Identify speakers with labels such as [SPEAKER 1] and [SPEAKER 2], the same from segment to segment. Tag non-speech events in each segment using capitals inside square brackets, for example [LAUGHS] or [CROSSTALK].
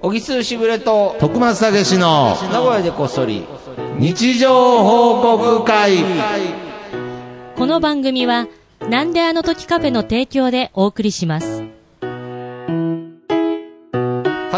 [SPEAKER 1] 小木須しぶれと、
[SPEAKER 2] 徳松たけしの
[SPEAKER 1] 名古屋でこっそり、
[SPEAKER 2] 日常報告会
[SPEAKER 3] この番組は、なんであの時カフェの提供でお送りします。
[SPEAKER 1] は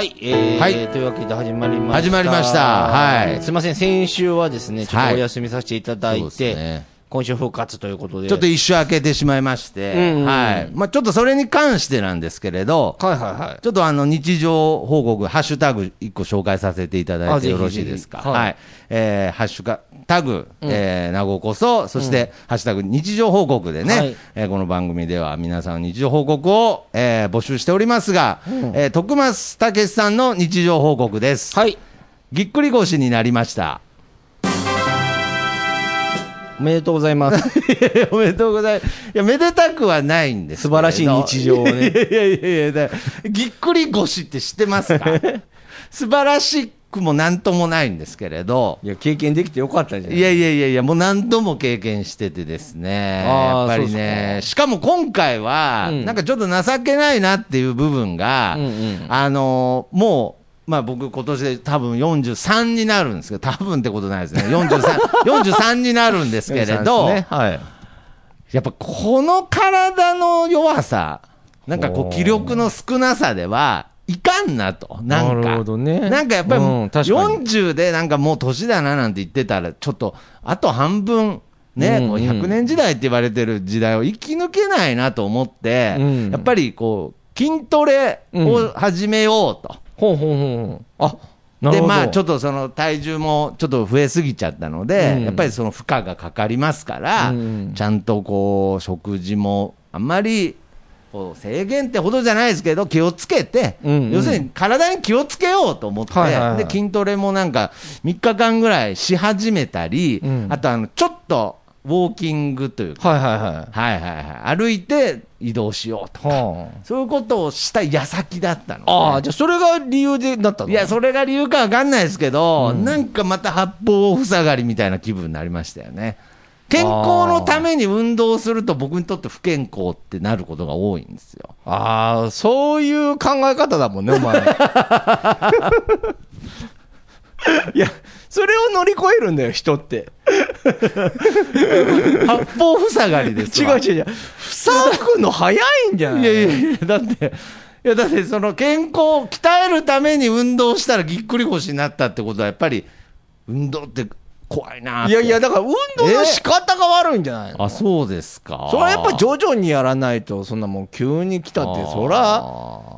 [SPEAKER 1] い、えー、
[SPEAKER 2] はい
[SPEAKER 1] というわけで始まりました。
[SPEAKER 2] 始まりましたはい
[SPEAKER 1] すいません、先週はですね、ちょっ
[SPEAKER 2] は
[SPEAKER 1] と
[SPEAKER 2] い
[SPEAKER 1] お休みさせていただい
[SPEAKER 2] そうで
[SPEAKER 1] て、
[SPEAKER 2] すね
[SPEAKER 1] 今週復活ということで。
[SPEAKER 2] ちょっと一周開けてしまいまして、
[SPEAKER 1] うんうんうん
[SPEAKER 2] はいまあ、ちょっとそれに関してなんですけれど、
[SPEAKER 1] はいはいはい。
[SPEAKER 2] ちょっとあの日常報告、ハッシュタグ1個紹介させていただ
[SPEAKER 1] あ
[SPEAKER 2] いて
[SPEAKER 1] ぜひ
[SPEAKER 2] よろしいですか。
[SPEAKER 1] ぜひはい
[SPEAKER 2] はい。えーハッシュタグ、えー、名護こそ、そして、ハッシュタグ日常報告でね、
[SPEAKER 1] はい
[SPEAKER 2] えーこの番組では皆さんの日常報告を、えー募集しておりますが、えー徳松たけしさんの日常報告です。
[SPEAKER 1] はい。
[SPEAKER 2] ぎっくり腰になりました。 [LAUGHS]
[SPEAKER 1] おめでとうございます。 [LAUGHS]
[SPEAKER 2] おめでとうございます。いや、めでたくはないんです
[SPEAKER 1] 素
[SPEAKER 2] けれど。
[SPEAKER 1] 晴らしい日常をね
[SPEAKER 2] い [LAUGHS] やいやいやいやだからぎっくり腰って知ってま
[SPEAKER 1] [LAUGHS]
[SPEAKER 2] すか素晴らしくもなんともないんですけれど。
[SPEAKER 1] いや、経験できてよかったんじゃない
[SPEAKER 2] いやいやいやいや、もう何度も経験しててですね。
[SPEAKER 1] あ
[SPEAKER 2] や
[SPEAKER 1] ー
[SPEAKER 2] っぱり
[SPEAKER 1] そう
[SPEAKER 2] ね。しかも今回は、
[SPEAKER 1] うん
[SPEAKER 2] なんかちょっと情けないなっていう部分が、
[SPEAKER 1] うんうん
[SPEAKER 2] あのーもう、まあ僕今年で多分43になるんですけど、多分ってことないですね。43、43に
[SPEAKER 1] [LAUGHS]
[SPEAKER 2] なるんですけれど、
[SPEAKER 1] 43ですねはい。
[SPEAKER 2] やっぱこの体の弱さ、なんかこ
[SPEAKER 1] おー
[SPEAKER 2] う気力の少なさでは、いかんなと。なんか。
[SPEAKER 1] なるほどね
[SPEAKER 2] なんかやっぱり、
[SPEAKER 1] うん確かに
[SPEAKER 2] 40でなんかもう年だななんて言ってたら、ちょっと、あと半分、ね、
[SPEAKER 1] うん
[SPEAKER 2] こう100年時代って言われてる時代を生き抜けないなと思って、
[SPEAKER 1] うん
[SPEAKER 2] やっぱりこう、筋トレを始めようと。
[SPEAKER 1] ほんほんほんほん。あ、なる
[SPEAKER 2] で
[SPEAKER 1] ほど。
[SPEAKER 2] まあ、ちょ
[SPEAKER 1] っ
[SPEAKER 2] っとその体重もちょっと増えすぎちゃったので、
[SPEAKER 1] うん
[SPEAKER 2] やっぱりその負荷がかかりますから、
[SPEAKER 1] うん
[SPEAKER 2] ちゃんとこう食事もあんまりこう制限ってほどじゃないですけど、気をつけて、
[SPEAKER 1] うんうん
[SPEAKER 2] 要するに体に気をつけようと思って、
[SPEAKER 1] はいはいはい
[SPEAKER 2] で筋トレもなんか3日間ぐらいし始めたり、
[SPEAKER 1] うん
[SPEAKER 2] あとあのちょっとウォーキングというか、
[SPEAKER 1] はいはいはい。
[SPEAKER 2] はいはいはい、歩いて移動しようとか、
[SPEAKER 1] は
[SPEAKER 2] そういうことをした矢先だったの、ね。
[SPEAKER 1] あ。ああ、じゃあそれが理由でなったの
[SPEAKER 2] いや、それが理由かわかんないですけど、なんかまた八方塞がりみたいな気分になりましたよね。健康のために運動すると僕にとって不健康ってなることが多いんですよ。
[SPEAKER 1] ああ、そういう考え方だもんね、お [LAUGHS] 前。いや、それを乗り越えるんだよ、人って。
[SPEAKER 2] 八方塞がりで
[SPEAKER 1] [LAUGHS]
[SPEAKER 2] す
[SPEAKER 1] 違
[SPEAKER 2] わ
[SPEAKER 1] う違う違う。塞ぐの早いんじゃない
[SPEAKER 2] いやいやいや、だって、いやだってその健康を鍛えるために運動したらぎっくり腰になったってことはやっぱり運動って怖いなって
[SPEAKER 1] いやいや、だから運動の仕方が悪いんじゃないの、
[SPEAKER 2] あ、そうですか。
[SPEAKER 1] それはやっぱ徐々にやらないと、そんなもん急に来たって、そら、
[SPEAKER 2] あ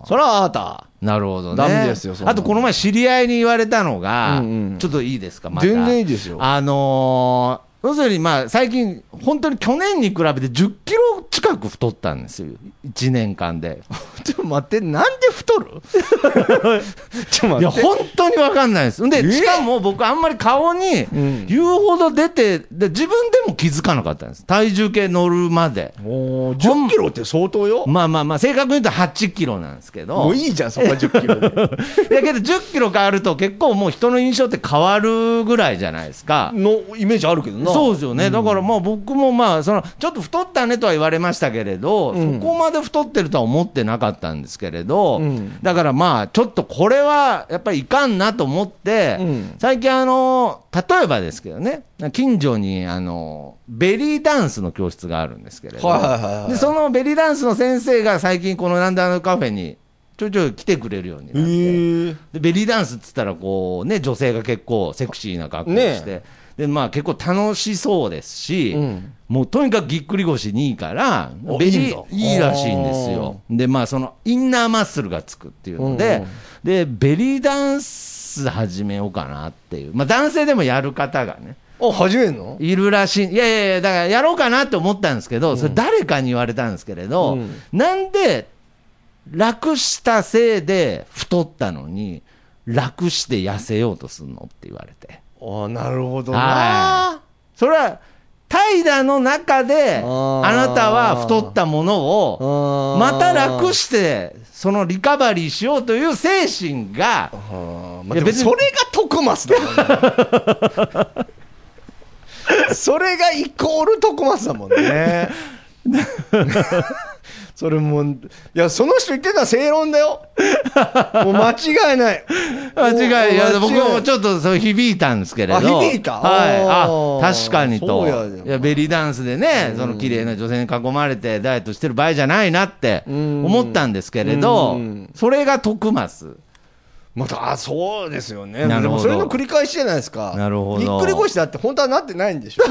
[SPEAKER 2] ー
[SPEAKER 1] そらあなた。
[SPEAKER 2] なるほどね。
[SPEAKER 1] ダメですよそんな
[SPEAKER 2] あとこの前知り合いに言われたのが、
[SPEAKER 1] うんうん
[SPEAKER 2] ちょっといいですか、また。
[SPEAKER 1] 全然いいですよ
[SPEAKER 2] あのー要するにまあ最近、本当に去年に比べて10キロ近く太ったんですよ。1年間で。
[SPEAKER 1] ちょっと待って、なんで太 [LAUGHS] るちょっと
[SPEAKER 2] い
[SPEAKER 1] 待
[SPEAKER 2] や、
[SPEAKER 1] って。
[SPEAKER 2] 本当にわかんないです。んで、
[SPEAKER 1] え
[SPEAKER 2] しかも僕あんまり顔に
[SPEAKER 1] ん
[SPEAKER 2] 言うほど出て、で自分でも気づかなかったんです。体重計乗るまで。
[SPEAKER 1] もう10キロって相当よ。
[SPEAKER 2] まあまあまあ、正確に言うと8キロなんですけど。
[SPEAKER 1] もういいじゃん、そこは10キロで。
[SPEAKER 2] だけど10キロ変わると結構もう人の印象って変わるぐらいじゃないですか。
[SPEAKER 1] のイメージあるけどな。
[SPEAKER 2] そうですよね、だからまあ僕もまあそのちょっと太ったねとは言われましたけれど、
[SPEAKER 1] ん
[SPEAKER 2] そこまで太ってるとは思ってなかったんですけれど、
[SPEAKER 1] うん
[SPEAKER 2] だからまあちょっとこれはやっぱりいかんなと思って、
[SPEAKER 1] うん
[SPEAKER 2] 最近あの例えばですけどね近所にあのベリーダンスの教室があるんですけれど、
[SPEAKER 1] はいはいはいはい
[SPEAKER 2] でそのベリーダンスの先生が最近この「ランダーのカフェ」にちょいちょい来てくれるようになって。
[SPEAKER 1] へえ。
[SPEAKER 2] でベリーダンスっつったらこう、ね、女性が結構セクシーな格好をして、でまあ、結構楽しそうですし、
[SPEAKER 1] うん
[SPEAKER 2] もうとにかくぎっくり腰にいいから
[SPEAKER 1] お、
[SPEAKER 2] ベ
[SPEAKER 1] いいん
[SPEAKER 2] リ
[SPEAKER 1] だ
[SPEAKER 2] ーいいらしいんですよ。で、まあ、そのインナーマッスルがつくっていうの
[SPEAKER 1] うんう
[SPEAKER 2] で
[SPEAKER 1] ん、
[SPEAKER 2] でベリーダンス始めようかなっていう、まあ、男性でもやる方がね、
[SPEAKER 1] あ、始めんの
[SPEAKER 2] いるらしい、いやいやいや、だからやろうかなって思ったんですけど、それ、誰かに言われたんですけれど、
[SPEAKER 1] うん
[SPEAKER 2] なんで楽したせいで太ったのに、楽して痩せようとするのって言われて、
[SPEAKER 1] あなるほど
[SPEAKER 2] は
[SPEAKER 1] な。
[SPEAKER 2] それは怠惰の中で、
[SPEAKER 1] あー
[SPEAKER 2] あなたは太ったもの
[SPEAKER 1] あー
[SPEAKER 2] を、また楽して、そのリカバリーしようという精神が、
[SPEAKER 1] あーまあ
[SPEAKER 2] いや
[SPEAKER 1] でも
[SPEAKER 2] 別に
[SPEAKER 1] それが徳マスだもん
[SPEAKER 2] [LAUGHS]
[SPEAKER 1] ねそれがイコール徳マスだもんね。それもう、いや、その人言ってた正論だよ。もう間違いない。
[SPEAKER 2] [LAUGHS] 間違い、いや、僕もち
[SPEAKER 1] ょっ
[SPEAKER 2] ょっとそう響いたんですけれど。
[SPEAKER 1] あ響いた
[SPEAKER 2] はい。
[SPEAKER 1] おー
[SPEAKER 2] あ、確かに
[SPEAKER 1] そ
[SPEAKER 2] と。
[SPEAKER 1] うやで
[SPEAKER 2] いや、ベリーダンスでね、その綺麗な女性に囲まれてダイエットしてる場合じゃないなって
[SPEAKER 1] うん
[SPEAKER 2] 思ったんですけれど
[SPEAKER 1] うん、
[SPEAKER 2] それが
[SPEAKER 1] [LAUGHS]
[SPEAKER 2] 徳松。
[SPEAKER 1] また、あ、そうですよね。
[SPEAKER 2] なる
[SPEAKER 1] で
[SPEAKER 2] ほ
[SPEAKER 1] も
[SPEAKER 2] ど
[SPEAKER 1] それの繰り返しじゃないですか。
[SPEAKER 2] なるほど
[SPEAKER 1] ぎっくり腰だって本当はなってないんでしょ。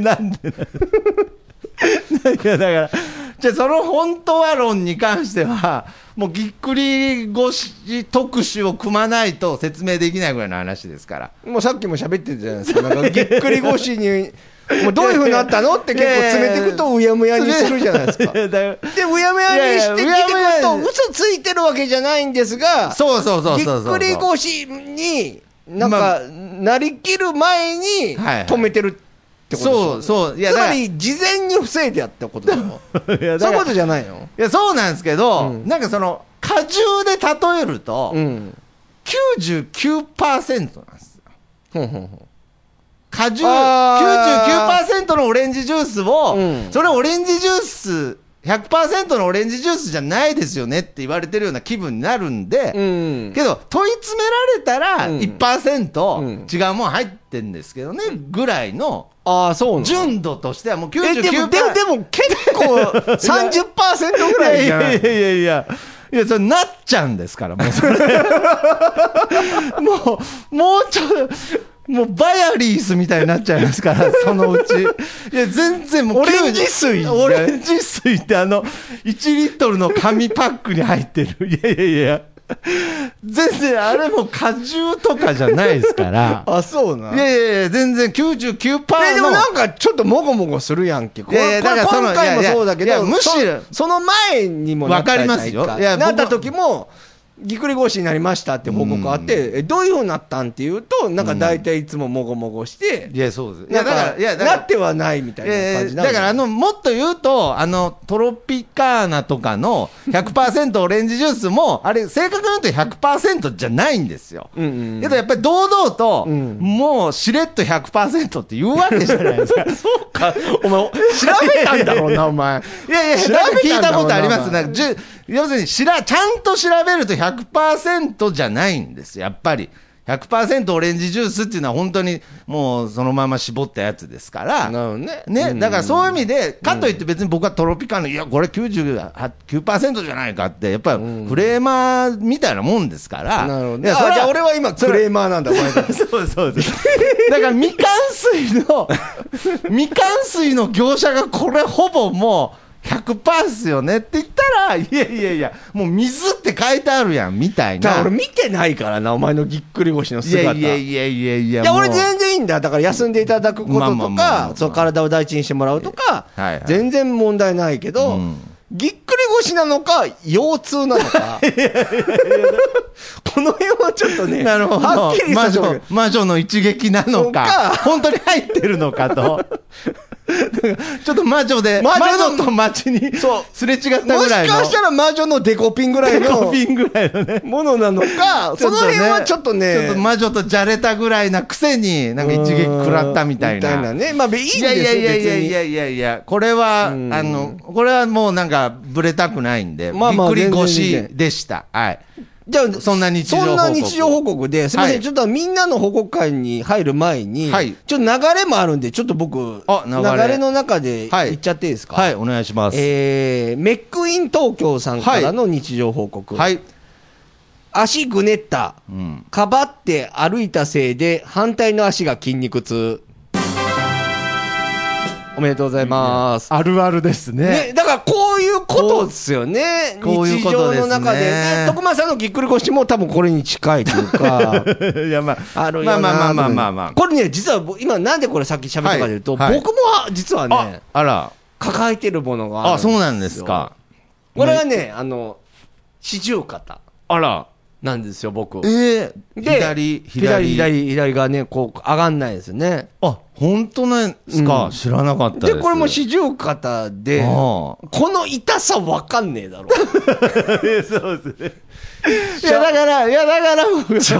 [SPEAKER 2] なんでい [LAUGHS] や、だから、じゃあその本当は論に関しては、もうぎっくり腰特集を組まないと説明できないぐらいの話で
[SPEAKER 1] [LAUGHS]
[SPEAKER 2] すから。
[SPEAKER 1] もうさっきも喋ってたじゃないですか。なんかぎっくり腰に、もうどういうふうになったのって結構詰めてくとうやむやにするじゃない [LAUGHS] ですか。
[SPEAKER 2] いや [LAUGHS] だよ
[SPEAKER 1] で、うやむやにしてきてく
[SPEAKER 2] いやいやうやむや
[SPEAKER 1] ると、嘘ついてるわけじゃないんですが、
[SPEAKER 2] そうそうそう
[SPEAKER 1] ぎっ
[SPEAKER 2] そうそう。
[SPEAKER 1] くり腰に、なんか、なりきる前に
[SPEAKER 2] はいはい
[SPEAKER 1] 止めてるってことですよ
[SPEAKER 2] そうそういや
[SPEAKER 1] つ
[SPEAKER 2] だか
[SPEAKER 1] ま
[SPEAKER 2] ら
[SPEAKER 1] り、事前に防いでやったことだよ。
[SPEAKER 2] いやだから
[SPEAKER 1] [LAUGHS] そういうことじゃないの
[SPEAKER 2] いやそうなんですけど、
[SPEAKER 1] うん
[SPEAKER 2] なんかその果汁で例えると、
[SPEAKER 1] うん。
[SPEAKER 2] 99%なんですよ
[SPEAKER 1] ほんほんほん
[SPEAKER 2] 果汁
[SPEAKER 1] あ
[SPEAKER 2] 99%のオレンジジュースを、
[SPEAKER 1] うん
[SPEAKER 2] それオレンジジュース100%のオレンジジュースじゃないですよねって言われてるような気分になるんで、
[SPEAKER 1] うん。
[SPEAKER 2] けど問い詰めら
[SPEAKER 1] うん
[SPEAKER 2] れたら
[SPEAKER 1] うん
[SPEAKER 2] 1%違うもん入ってんですけどねぐらいの
[SPEAKER 1] ああ、そうなの
[SPEAKER 2] 純度としてはもう
[SPEAKER 1] え、
[SPEAKER 2] 99%
[SPEAKER 1] でも、でも、でも結 [LAUGHS] 構30%ぐ
[SPEAKER 2] い
[SPEAKER 1] ら
[SPEAKER 2] や
[SPEAKER 1] い
[SPEAKER 2] い
[SPEAKER 1] じゃな
[SPEAKER 2] や
[SPEAKER 1] い
[SPEAKER 2] いやいやいや。いや、それなっちゃうんですから、もうそれ。
[SPEAKER 1] [LAUGHS]
[SPEAKER 2] もう、もうちょっと、もうバヤリースみたいになっちゃいますから、そのうち。いや、全然もう90。
[SPEAKER 1] オレンジ水
[SPEAKER 2] オレンジ水ってあの、1リットルの紙パックに入ってる。いやいやいや。全然、あれもう果汁とかじゃないですから。
[SPEAKER 1] [LAUGHS] あ、そうない
[SPEAKER 2] やいやいや、全然99%の。
[SPEAKER 1] えでもなんかちょっともごもごするやんけ。こ
[SPEAKER 2] いや
[SPEAKER 1] れ
[SPEAKER 2] いや
[SPEAKER 1] これ
[SPEAKER 2] だからその
[SPEAKER 1] 今回も
[SPEAKER 2] いやいや
[SPEAKER 1] そうだけ
[SPEAKER 2] いや
[SPEAKER 1] ど、
[SPEAKER 2] むしろ
[SPEAKER 1] そその前にもなったじゃ
[SPEAKER 2] わ
[SPEAKER 1] な
[SPEAKER 2] かります
[SPEAKER 1] い
[SPEAKER 2] よ
[SPEAKER 1] か
[SPEAKER 2] いや僕
[SPEAKER 1] なった時も、ぎっくり腰になりましたって報告あって、えどういうふうになったんっていうと、なんか大体いつももごもごして
[SPEAKER 2] い、や、そうです。い
[SPEAKER 1] な
[SPEAKER 2] や、
[SPEAKER 1] ん
[SPEAKER 2] だから、
[SPEAKER 1] か
[SPEAKER 2] いや、だか
[SPEAKER 1] な
[SPEAKER 2] ら
[SPEAKER 1] ってはないみたいな
[SPEAKER 2] え
[SPEAKER 1] 感じ
[SPEAKER 2] ー
[SPEAKER 1] なん
[SPEAKER 2] だからあのもっと言うとあのトロピカーナとかの100%オレンジジュースもあれ正確に言うと100%じゃないんですよ。
[SPEAKER 1] うんうんうん
[SPEAKER 2] けどやっぱり堂々と、
[SPEAKER 1] うん
[SPEAKER 2] もうしれっと100%って言うわけじゃない
[SPEAKER 1] [LAUGHS]
[SPEAKER 2] ですか。そうか。
[SPEAKER 1] お前、調べたんだろ [LAUGHS] うな、お前。
[SPEAKER 2] いやいや、
[SPEAKER 1] 調べ
[SPEAKER 2] なんか聞
[SPEAKER 1] た
[SPEAKER 2] い
[SPEAKER 1] んだ
[SPEAKER 2] た
[SPEAKER 1] ろ
[SPEAKER 2] こ
[SPEAKER 1] うな
[SPEAKER 2] とあります。
[SPEAKER 1] お
[SPEAKER 2] な
[SPEAKER 1] 前
[SPEAKER 2] んかじゅ要するにしら、ちゃんと調べると100%じゃないんですよやっぱり。100%オレンジジュースっていうのは本当にもうそのまま絞ったやつですから。
[SPEAKER 1] なるほどね。
[SPEAKER 2] ね、だから
[SPEAKER 1] う
[SPEAKER 2] そういう意味で、かといって別に僕はトロピカーノ、いや、これ99%じゃないかって、やっぱりフレーマーみたいなもんですから、
[SPEAKER 1] ん。なるほど
[SPEAKER 2] い
[SPEAKER 1] ね。
[SPEAKER 2] や
[SPEAKER 1] あ
[SPEAKER 2] それ
[SPEAKER 1] じゃあ俺は今、
[SPEAKER 2] それ
[SPEAKER 1] クレーマーなんだ、お [LAUGHS] 前だ。
[SPEAKER 2] そうそうです。だから、みかん水
[SPEAKER 1] [LAUGHS]
[SPEAKER 2] の、みかん水の業者がこれほぼもう100%っすよねって言ったら、いやいやいや、もう水って書いてあるやん、みたい
[SPEAKER 1] だから
[SPEAKER 2] な。
[SPEAKER 1] 俺見てないからな、お前のぎっくり腰の
[SPEAKER 2] いや
[SPEAKER 1] 姿。
[SPEAKER 2] いやいやいやいや、
[SPEAKER 1] いや、
[SPEAKER 2] もう
[SPEAKER 1] 俺全然いいんだ。だから休んでいただくこと
[SPEAKER 2] まあまあ
[SPEAKER 1] と
[SPEAKER 2] まあまあまあ
[SPEAKER 1] か、そう体を大事にしてもらうとか
[SPEAKER 2] はいはい、
[SPEAKER 1] 全然問題ないけ
[SPEAKER 2] う
[SPEAKER 1] ど
[SPEAKER 2] ん、
[SPEAKER 1] ぎっくり腰なのか、腰痛なのか。
[SPEAKER 2] [LAUGHS]
[SPEAKER 1] この辺はちょっとね、
[SPEAKER 2] なるほど。
[SPEAKER 1] はっきり
[SPEAKER 2] 魔
[SPEAKER 1] させてもら
[SPEAKER 2] 女
[SPEAKER 1] う、
[SPEAKER 2] 魔女の一撃なのか、
[SPEAKER 1] のか
[SPEAKER 2] 本当に入ってるのか
[SPEAKER 1] [LAUGHS]
[SPEAKER 2] と。ちょっと魔女で、魔
[SPEAKER 1] 魔女の
[SPEAKER 2] 女と街に
[SPEAKER 1] そう
[SPEAKER 2] すれ違ったぐ
[SPEAKER 1] もし
[SPEAKER 2] らいの。
[SPEAKER 1] かしたら魔女のデコピンぐらい
[SPEAKER 2] コ
[SPEAKER 1] の
[SPEAKER 2] ピンぐらいのね。
[SPEAKER 1] ものなのか、その辺はちょっと
[SPEAKER 2] ちょ
[SPEAKER 1] ね
[SPEAKER 2] っと、魔女とじゃれたぐらいなくせに、なんか一撃食らったみたいな。
[SPEAKER 1] みたいなね。まあ、いいんです
[SPEAKER 2] い
[SPEAKER 1] よ、
[SPEAKER 2] やいやいやいや
[SPEAKER 1] 別
[SPEAKER 2] い
[SPEAKER 1] に
[SPEAKER 2] やいやいや、これは、あ
[SPEAKER 1] うん
[SPEAKER 2] の、これはもうなんか、ぶれたくないんで、
[SPEAKER 1] まあまあ
[SPEAKER 2] びっく
[SPEAKER 1] 全
[SPEAKER 2] り
[SPEAKER 1] 然全
[SPEAKER 2] 腰
[SPEAKER 1] 然
[SPEAKER 2] でした。はい。
[SPEAKER 1] じゃあ
[SPEAKER 2] そんな日常報告
[SPEAKER 1] そんな日常報告で、すみません、
[SPEAKER 2] はい
[SPEAKER 1] ちょっとみんなの報告会に入る前に、
[SPEAKER 2] はい
[SPEAKER 1] ちょっと流れもあるんで、ちょっと僕、
[SPEAKER 2] あ流れ
[SPEAKER 1] の中で
[SPEAKER 2] はい
[SPEAKER 1] 言っちゃっていいですか、
[SPEAKER 2] はい、お願いします。
[SPEAKER 1] えーメックイン東京さんからの日常報告、
[SPEAKER 2] はい。
[SPEAKER 1] 足ぐねった、
[SPEAKER 2] うん。
[SPEAKER 1] かばって歩いたせいで、反対の足が筋肉痛。おめでとうございます。
[SPEAKER 2] あるあるです
[SPEAKER 1] ね、だからこういうことですよね、
[SPEAKER 2] こういう
[SPEAKER 1] 日
[SPEAKER 2] こと
[SPEAKER 1] 常
[SPEAKER 2] ですね
[SPEAKER 1] の中で、ね、徳間さんのぎっくり腰も多分これに近いという
[SPEAKER 2] [LAUGHS]
[SPEAKER 1] か、 [LAUGHS]
[SPEAKER 2] いや、まあ、
[SPEAKER 1] あるよな
[SPEAKER 2] まあまあまあまあまあ
[SPEAKER 1] これね、実は僕今、なんでこれさっき喋ったかというと、
[SPEAKER 2] はいはい
[SPEAKER 1] 僕も実は
[SPEAKER 2] あ
[SPEAKER 1] ね、
[SPEAKER 2] あら、
[SPEAKER 1] 抱えてるものがある
[SPEAKER 2] あ、そうなんですか。
[SPEAKER 1] これはね、あの、四十肩。
[SPEAKER 2] あら、
[SPEAKER 1] なんですよ、僕。
[SPEAKER 2] えー、
[SPEAKER 1] で
[SPEAKER 2] 左、
[SPEAKER 1] 左、左、左がね、こう、上がんないですね。
[SPEAKER 2] あ、本当なんですか、
[SPEAKER 1] うん
[SPEAKER 2] 知らなかったです。
[SPEAKER 1] で、これも四十肩で、
[SPEAKER 2] ああ
[SPEAKER 1] この痛さわかんねえだろ。
[SPEAKER 2] そうですね。 [LAUGHS] いや、だから、いや、だか
[SPEAKER 1] [LAUGHS]
[SPEAKER 2] ら、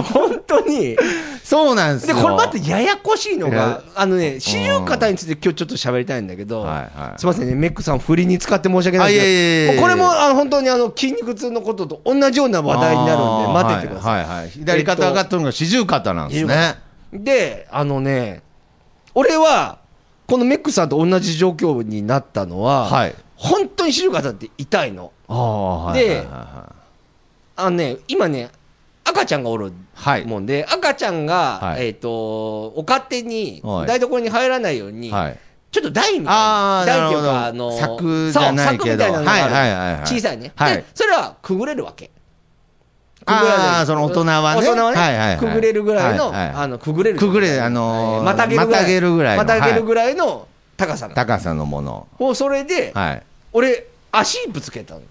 [SPEAKER 1] 本当に。
[SPEAKER 2] そうなんです
[SPEAKER 1] で、
[SPEAKER 2] よ。
[SPEAKER 1] これまたややこしいの
[SPEAKER 2] い
[SPEAKER 1] が
[SPEAKER 2] や、
[SPEAKER 1] あのね、四十肩について今日ちょっと喋りたいんだけど、
[SPEAKER 2] はいはい
[SPEAKER 1] すみませんね、メックさん振りに使って申し訳ないです
[SPEAKER 2] あいえいえい
[SPEAKER 1] け
[SPEAKER 2] え
[SPEAKER 1] ど、
[SPEAKER 2] いえ
[SPEAKER 1] これもあの本当にあの筋肉痛のことと同じような話題になるんで、待っててください。
[SPEAKER 2] あーはいはいはい、左肩上がったのが四十肩なんですね。
[SPEAKER 1] で、あのね、俺は、このメックさんと同じ状況になったのは、
[SPEAKER 2] はい
[SPEAKER 1] 本当に四十肩って痛いの。
[SPEAKER 2] ああ、は
[SPEAKER 1] で
[SPEAKER 2] いはいはいは
[SPEAKER 1] あのね、今ね、赤ちゃんがおる
[SPEAKER 2] はい
[SPEAKER 1] もんで、赤ちゃんが、
[SPEAKER 2] はい
[SPEAKER 1] えっ、と、お勝手に
[SPEAKER 2] はい
[SPEAKER 1] 台所に入らないように、
[SPEAKER 2] い。はい。
[SPEAKER 1] ちょっと台みたい
[SPEAKER 2] あ
[SPEAKER 1] な、
[SPEAKER 2] ー
[SPEAKER 1] 台っていうか、
[SPEAKER 2] な
[SPEAKER 1] あ
[SPEAKER 2] るほ
[SPEAKER 1] の、
[SPEAKER 2] ど柵じゃない
[SPEAKER 1] そう柵みたいなのがある、
[SPEAKER 2] けどはいはいはいはい
[SPEAKER 1] 小さいね、
[SPEAKER 2] はい
[SPEAKER 1] で、それはくぐれるわけ。
[SPEAKER 2] あー
[SPEAKER 1] くぐらない
[SPEAKER 2] その大人はね
[SPEAKER 1] 大人はね、
[SPEAKER 2] はいはいはい
[SPEAKER 1] くぐれるぐらいの、
[SPEAKER 2] はいはい
[SPEAKER 1] あの、くぐれる。
[SPEAKER 2] くぐれあのー
[SPEAKER 1] はいまたげるぐらい。
[SPEAKER 2] またげるぐら
[SPEAKER 1] またげるぐらい
[SPEAKER 2] いの
[SPEAKER 1] の高さなの。
[SPEAKER 2] 高さのもの。
[SPEAKER 1] もうそれで、
[SPEAKER 2] はい。
[SPEAKER 1] 俺、足ぶつけたの。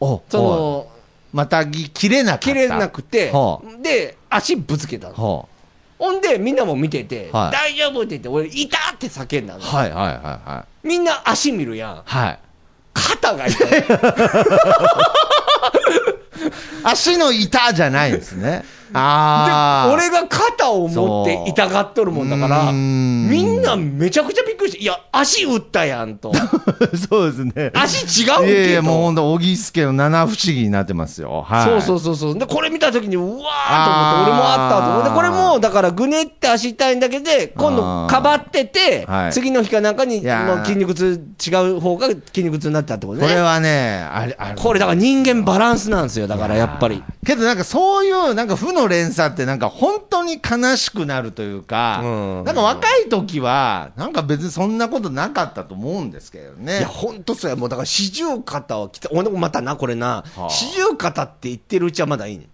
[SPEAKER 2] お
[SPEAKER 1] その、
[SPEAKER 2] またぎ切れなかった。
[SPEAKER 1] 切れなくて
[SPEAKER 2] ほう、
[SPEAKER 1] で、足ぶつけたの。
[SPEAKER 2] ほう
[SPEAKER 1] ほんで、みんなも見てて、
[SPEAKER 2] は
[SPEAKER 1] 大
[SPEAKER 2] い
[SPEAKER 1] 丈夫って言って、俺、痛って叫んだの。
[SPEAKER 2] はいはいはいはい。
[SPEAKER 1] みんな足見るやん。
[SPEAKER 2] はい。
[SPEAKER 1] 肩が
[SPEAKER 2] [LAUGHS]
[SPEAKER 1] 痛い。
[SPEAKER 2] 足の板じゃないん
[SPEAKER 1] [LAUGHS]
[SPEAKER 2] ですね。ああ。
[SPEAKER 1] 俺が肩を持って痛がっとるもんだから、
[SPEAKER 2] そううーん
[SPEAKER 1] みんなめちゃくちゃびっくりして、いや、足打ったやん [LAUGHS] と。
[SPEAKER 2] [LAUGHS] そうですね。
[SPEAKER 1] 足違うけど。
[SPEAKER 2] いやいや、もう本当、小木助の七不思議になってますよ。はい。
[SPEAKER 1] そうそうそうそう。で、これ見たときに、うわーと思って、俺もあったと思って、
[SPEAKER 2] あー
[SPEAKER 1] これも、だから、ぐねって足痛いんだけで、今度、
[SPEAKER 2] あー
[SPEAKER 1] かばってて
[SPEAKER 2] は、い
[SPEAKER 1] 次の日かなんかに、
[SPEAKER 2] いやー
[SPEAKER 1] もう筋肉痛、違う方が筋肉痛になったってこと
[SPEAKER 2] これ
[SPEAKER 1] ね。
[SPEAKER 2] はね、あれ、あれ。
[SPEAKER 1] これ、だから人間バランスなんですよ、だからやっぱり。
[SPEAKER 2] けどなんかそういうなんか負の連鎖ってなんか本当に悲しくなるというか、
[SPEAKER 1] うん
[SPEAKER 2] なんか若い時はなんか別にそんなことなかったと思うんですけど
[SPEAKER 1] いや、
[SPEAKER 2] ね。
[SPEAKER 1] ほんとそうや。もうだから、四十肩はきた、俺もまたな、これな
[SPEAKER 2] は。あ
[SPEAKER 1] 四十肩って言ってるうちはまだいいの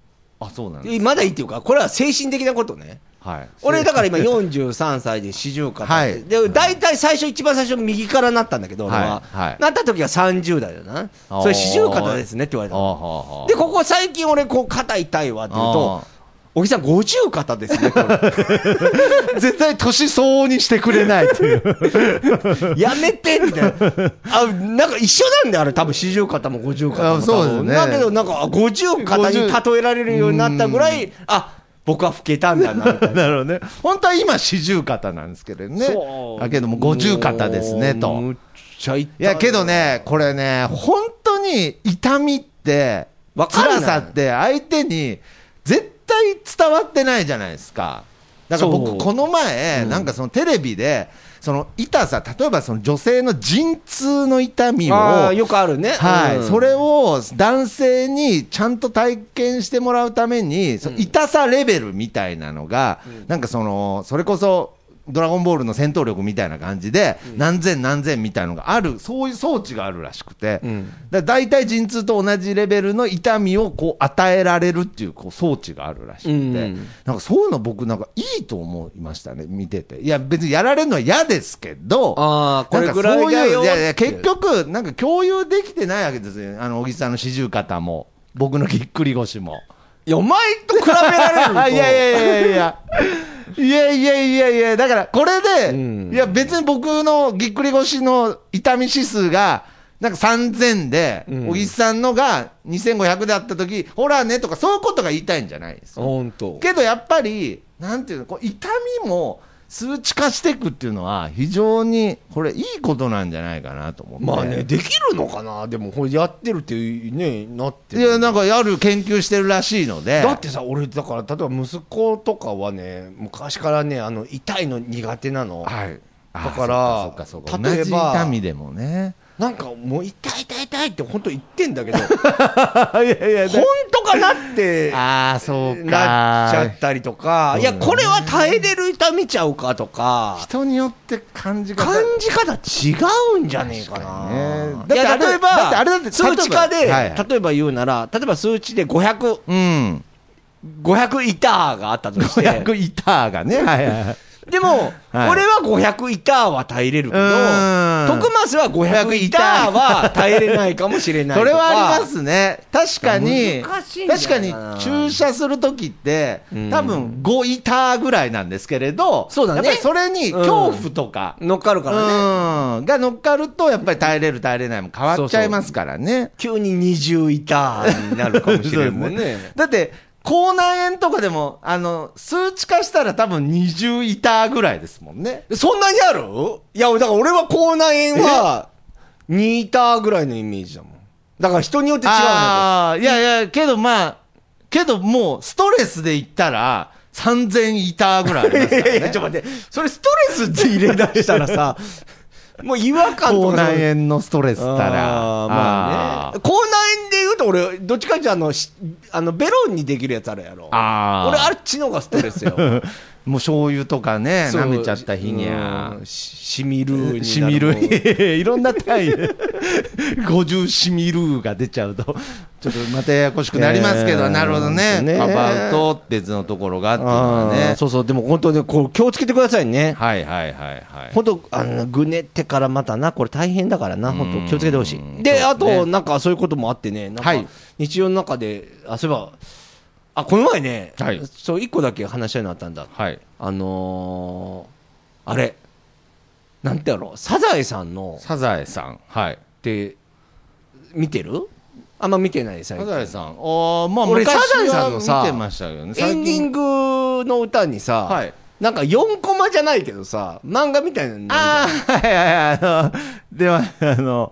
[SPEAKER 2] あ、そうなんです。
[SPEAKER 1] えまだいいっていうか、これは精神的なことね。
[SPEAKER 2] はい。
[SPEAKER 1] 俺、だから今43歳で四十肩。
[SPEAKER 2] はい
[SPEAKER 1] で、大体最初、一番最初右からなったんだけど、俺は。
[SPEAKER 2] はいはい
[SPEAKER 1] なった時は30代だな。
[SPEAKER 2] あー
[SPEAKER 1] それ四十肩ですねって言われ
[SPEAKER 2] あ
[SPEAKER 1] た
[SPEAKER 2] あは
[SPEAKER 1] の。
[SPEAKER 2] あはあ
[SPEAKER 1] で、ここ最近俺、こう、肩痛いわって言うと、小木さん50肩ですね、こ
[SPEAKER 2] [LAUGHS]
[SPEAKER 1] れ
[SPEAKER 2] 絶対年相応にしてくれないっていう。
[SPEAKER 1] やめてみたいな。あ、なんか一緒なんだよ、あれ。多分四十肩も五十肩も多分。
[SPEAKER 2] あそうですね
[SPEAKER 1] だけど、なんか、五十肩に例えられるようになったぐらい、あ、僕は老けたんだな、みたいな。
[SPEAKER 2] なるほど
[SPEAKER 1] [LAUGHS]
[SPEAKER 2] ね。本当は今四十肩なんですけどね。だけども五十肩ですねと。
[SPEAKER 1] むっちゃ痛
[SPEAKER 2] いやけどね、これね、本当に痛みって、
[SPEAKER 1] わかんない
[SPEAKER 2] 辛さって相手に絶対伝わってないじゃないですか。だから
[SPEAKER 1] そう
[SPEAKER 2] 僕、この前、なんかそのテレビで、その痛さ、例えばその女性の陣痛の痛みを、
[SPEAKER 1] あーよくあるね。
[SPEAKER 2] はい、
[SPEAKER 1] うん
[SPEAKER 2] それを男性にちゃんと体験してもらうために、その痛さレベルみたいなのが、なんかその、それこそ、ドラゴンボールの戦闘力みたいな感じで、何千何千みたいのがある、そういう装置があるらしくて、
[SPEAKER 1] ん
[SPEAKER 2] だ大体陣痛と同じレベルの痛みをこう与えられるっていうこう装置があるらしくて、
[SPEAKER 1] うん
[SPEAKER 2] なんかそういうの僕なんかいいと思いましたね、見てて。いや、別にやられるのは嫌ですけど、
[SPEAKER 1] あーこれぐらい
[SPEAKER 2] なんかそう
[SPEAKER 1] だよ
[SPEAKER 2] ういやいや、
[SPEAKER 1] って
[SPEAKER 2] 結局、なんか共有できてないわけですよ。あの、小木さんの四十肩も、僕のぎっくり腰も。
[SPEAKER 1] いや、お前と比べられると。
[SPEAKER 2] [LAUGHS] いやいやいやいや。いやいやいやいや、だからこれで、
[SPEAKER 1] うん
[SPEAKER 2] いや別に僕のぎっくり腰の痛み指数が、なんか3000で、
[SPEAKER 1] うん
[SPEAKER 2] 小木さんのが2500であった時ほらねとか、そういうことが言いたいんじゃないですよ
[SPEAKER 1] ほんと。
[SPEAKER 2] けどやっぱり、なんていうの、こう痛みも数値化していくっていうのは、非常にこれ、いいことなんじゃないかなと思って。
[SPEAKER 1] まあね、できるのかなでも、ほんやってるっていうね、なって
[SPEAKER 2] い
[SPEAKER 1] る
[SPEAKER 2] や、なんか、やる研究してるらしいので。
[SPEAKER 1] だってさ、俺、だから、例えば息子とかはね、昔からね、あの、痛いの苦手なの。
[SPEAKER 2] はい。
[SPEAKER 1] だから
[SPEAKER 2] あそうかそうかそうか
[SPEAKER 1] 例えば
[SPEAKER 2] 同じ痛みでもね。
[SPEAKER 1] なんかもう、痛い痛い痛いって本当言ってんだ
[SPEAKER 2] [LAUGHS]
[SPEAKER 1] けど、本
[SPEAKER 2] いやいや
[SPEAKER 1] 当かなって。
[SPEAKER 2] ああ、そうか。
[SPEAKER 1] なっちゃったりとか、いや、これは耐えれる痛みちゃうかとか。
[SPEAKER 2] 人によって感じ方
[SPEAKER 1] 感じ方違うんじゃねえかな。
[SPEAKER 2] 確かにね
[SPEAKER 1] いや
[SPEAKER 2] だってあれ
[SPEAKER 1] 例えば
[SPEAKER 2] だってあれだって
[SPEAKER 1] 数値化で、
[SPEAKER 2] 例えばはいはい
[SPEAKER 1] 例えば言うなら、例えば数値で500、
[SPEAKER 2] うん。
[SPEAKER 1] 500イターがあったと
[SPEAKER 2] [LAUGHS]
[SPEAKER 1] して、
[SPEAKER 2] 500板がね。はいはいはい。
[SPEAKER 1] でも、
[SPEAKER 2] はい
[SPEAKER 1] 俺は500イターは耐えれるけど、
[SPEAKER 2] うーんうん
[SPEAKER 1] 徳増は500
[SPEAKER 2] 500
[SPEAKER 1] いたは耐えれないかもしれない
[SPEAKER 2] そ
[SPEAKER 1] とか
[SPEAKER 2] れはありますね確かに
[SPEAKER 1] 難しいんじ
[SPEAKER 2] 確
[SPEAKER 1] ゃな
[SPEAKER 2] か
[SPEAKER 1] い
[SPEAKER 2] に
[SPEAKER 1] かな
[SPEAKER 2] 注射する時って
[SPEAKER 1] うん
[SPEAKER 2] 多分5イターぐらいなんですけれど
[SPEAKER 1] そうだね
[SPEAKER 2] やっぱりそれに恐怖とか、
[SPEAKER 1] 乗っかるからね、
[SPEAKER 2] うんが乗っかるとやっぱり耐えれる耐えれないも変わっちゃいますからね
[SPEAKER 1] 急に20いたになるかもしれんもん
[SPEAKER 2] そう
[SPEAKER 1] ね
[SPEAKER 2] ですだって口内炎とかでもあの数値化したら多分20イターぐらいですもんね
[SPEAKER 1] そんなにあるいやだから俺は口内炎は2いたぐらいのイメージだもんだから人によって違うのか
[SPEAKER 2] ああいやいやけどまあけどもうストレスで言ったら3000イターぐらいありますから、ね、
[SPEAKER 1] いやいやちょっと待ってそれストレスって入れ出したら [LAUGHS] さもう違和感と
[SPEAKER 2] 口
[SPEAKER 1] か
[SPEAKER 2] 内炎のストレスたら
[SPEAKER 1] あーまあね。口内炎で言うと俺、どっちかっていうとあの、しあの、ベロンにできるやつあるやろ。
[SPEAKER 2] あー
[SPEAKER 1] 俺、あっちの方がストレス [LAUGHS] よ。
[SPEAKER 2] もう醤油とかね
[SPEAKER 1] そう
[SPEAKER 2] 舐めちゃった日にゃ
[SPEAKER 1] うんししみるになる。
[SPEAKER 2] しみる [LAUGHS] いろんな単位で50しみるが出ちゃうとちょっとまたややこしくなりますけど、
[SPEAKER 1] えー
[SPEAKER 2] なるほどね
[SPEAKER 1] ね
[SPEAKER 2] アバウトって別のところがっていうの
[SPEAKER 1] あ
[SPEAKER 2] は
[SPEAKER 1] ー
[SPEAKER 2] ね
[SPEAKER 1] [LAUGHS] そうそう、でも本当にこう気をつけてくださいね。
[SPEAKER 2] はいはいはいはい
[SPEAKER 1] 本当あのぐねってからまたな、これ大変だからな、本当気をつけてほしい。
[SPEAKER 2] そう
[SPEAKER 1] で、
[SPEAKER 2] ね
[SPEAKER 1] あと、なんかそういうこともあってね、なん
[SPEAKER 2] は
[SPEAKER 1] か
[SPEAKER 2] い
[SPEAKER 1] 日常の中で、あ、そういえば、あ、この前ね、
[SPEAKER 2] はい
[SPEAKER 1] そう、一個だけ話し合いになったんだ。
[SPEAKER 2] はい
[SPEAKER 1] あのー、あれ、なんてやろう、サザエさんの
[SPEAKER 2] サザエさんはい
[SPEAKER 1] って、見てるあんま見てない、最
[SPEAKER 2] サ
[SPEAKER 1] 近。
[SPEAKER 2] ザエさんあーまあ
[SPEAKER 1] 俺
[SPEAKER 2] 昔は
[SPEAKER 1] サザエさんのさ
[SPEAKER 2] 見てましたけどね
[SPEAKER 1] エンディング
[SPEAKER 2] グ
[SPEAKER 1] の歌にさ、
[SPEAKER 2] はい
[SPEAKER 1] なんか4コマじゃないけどさ、漫画みたいなのあ
[SPEAKER 2] ああはいはいはいあのではあの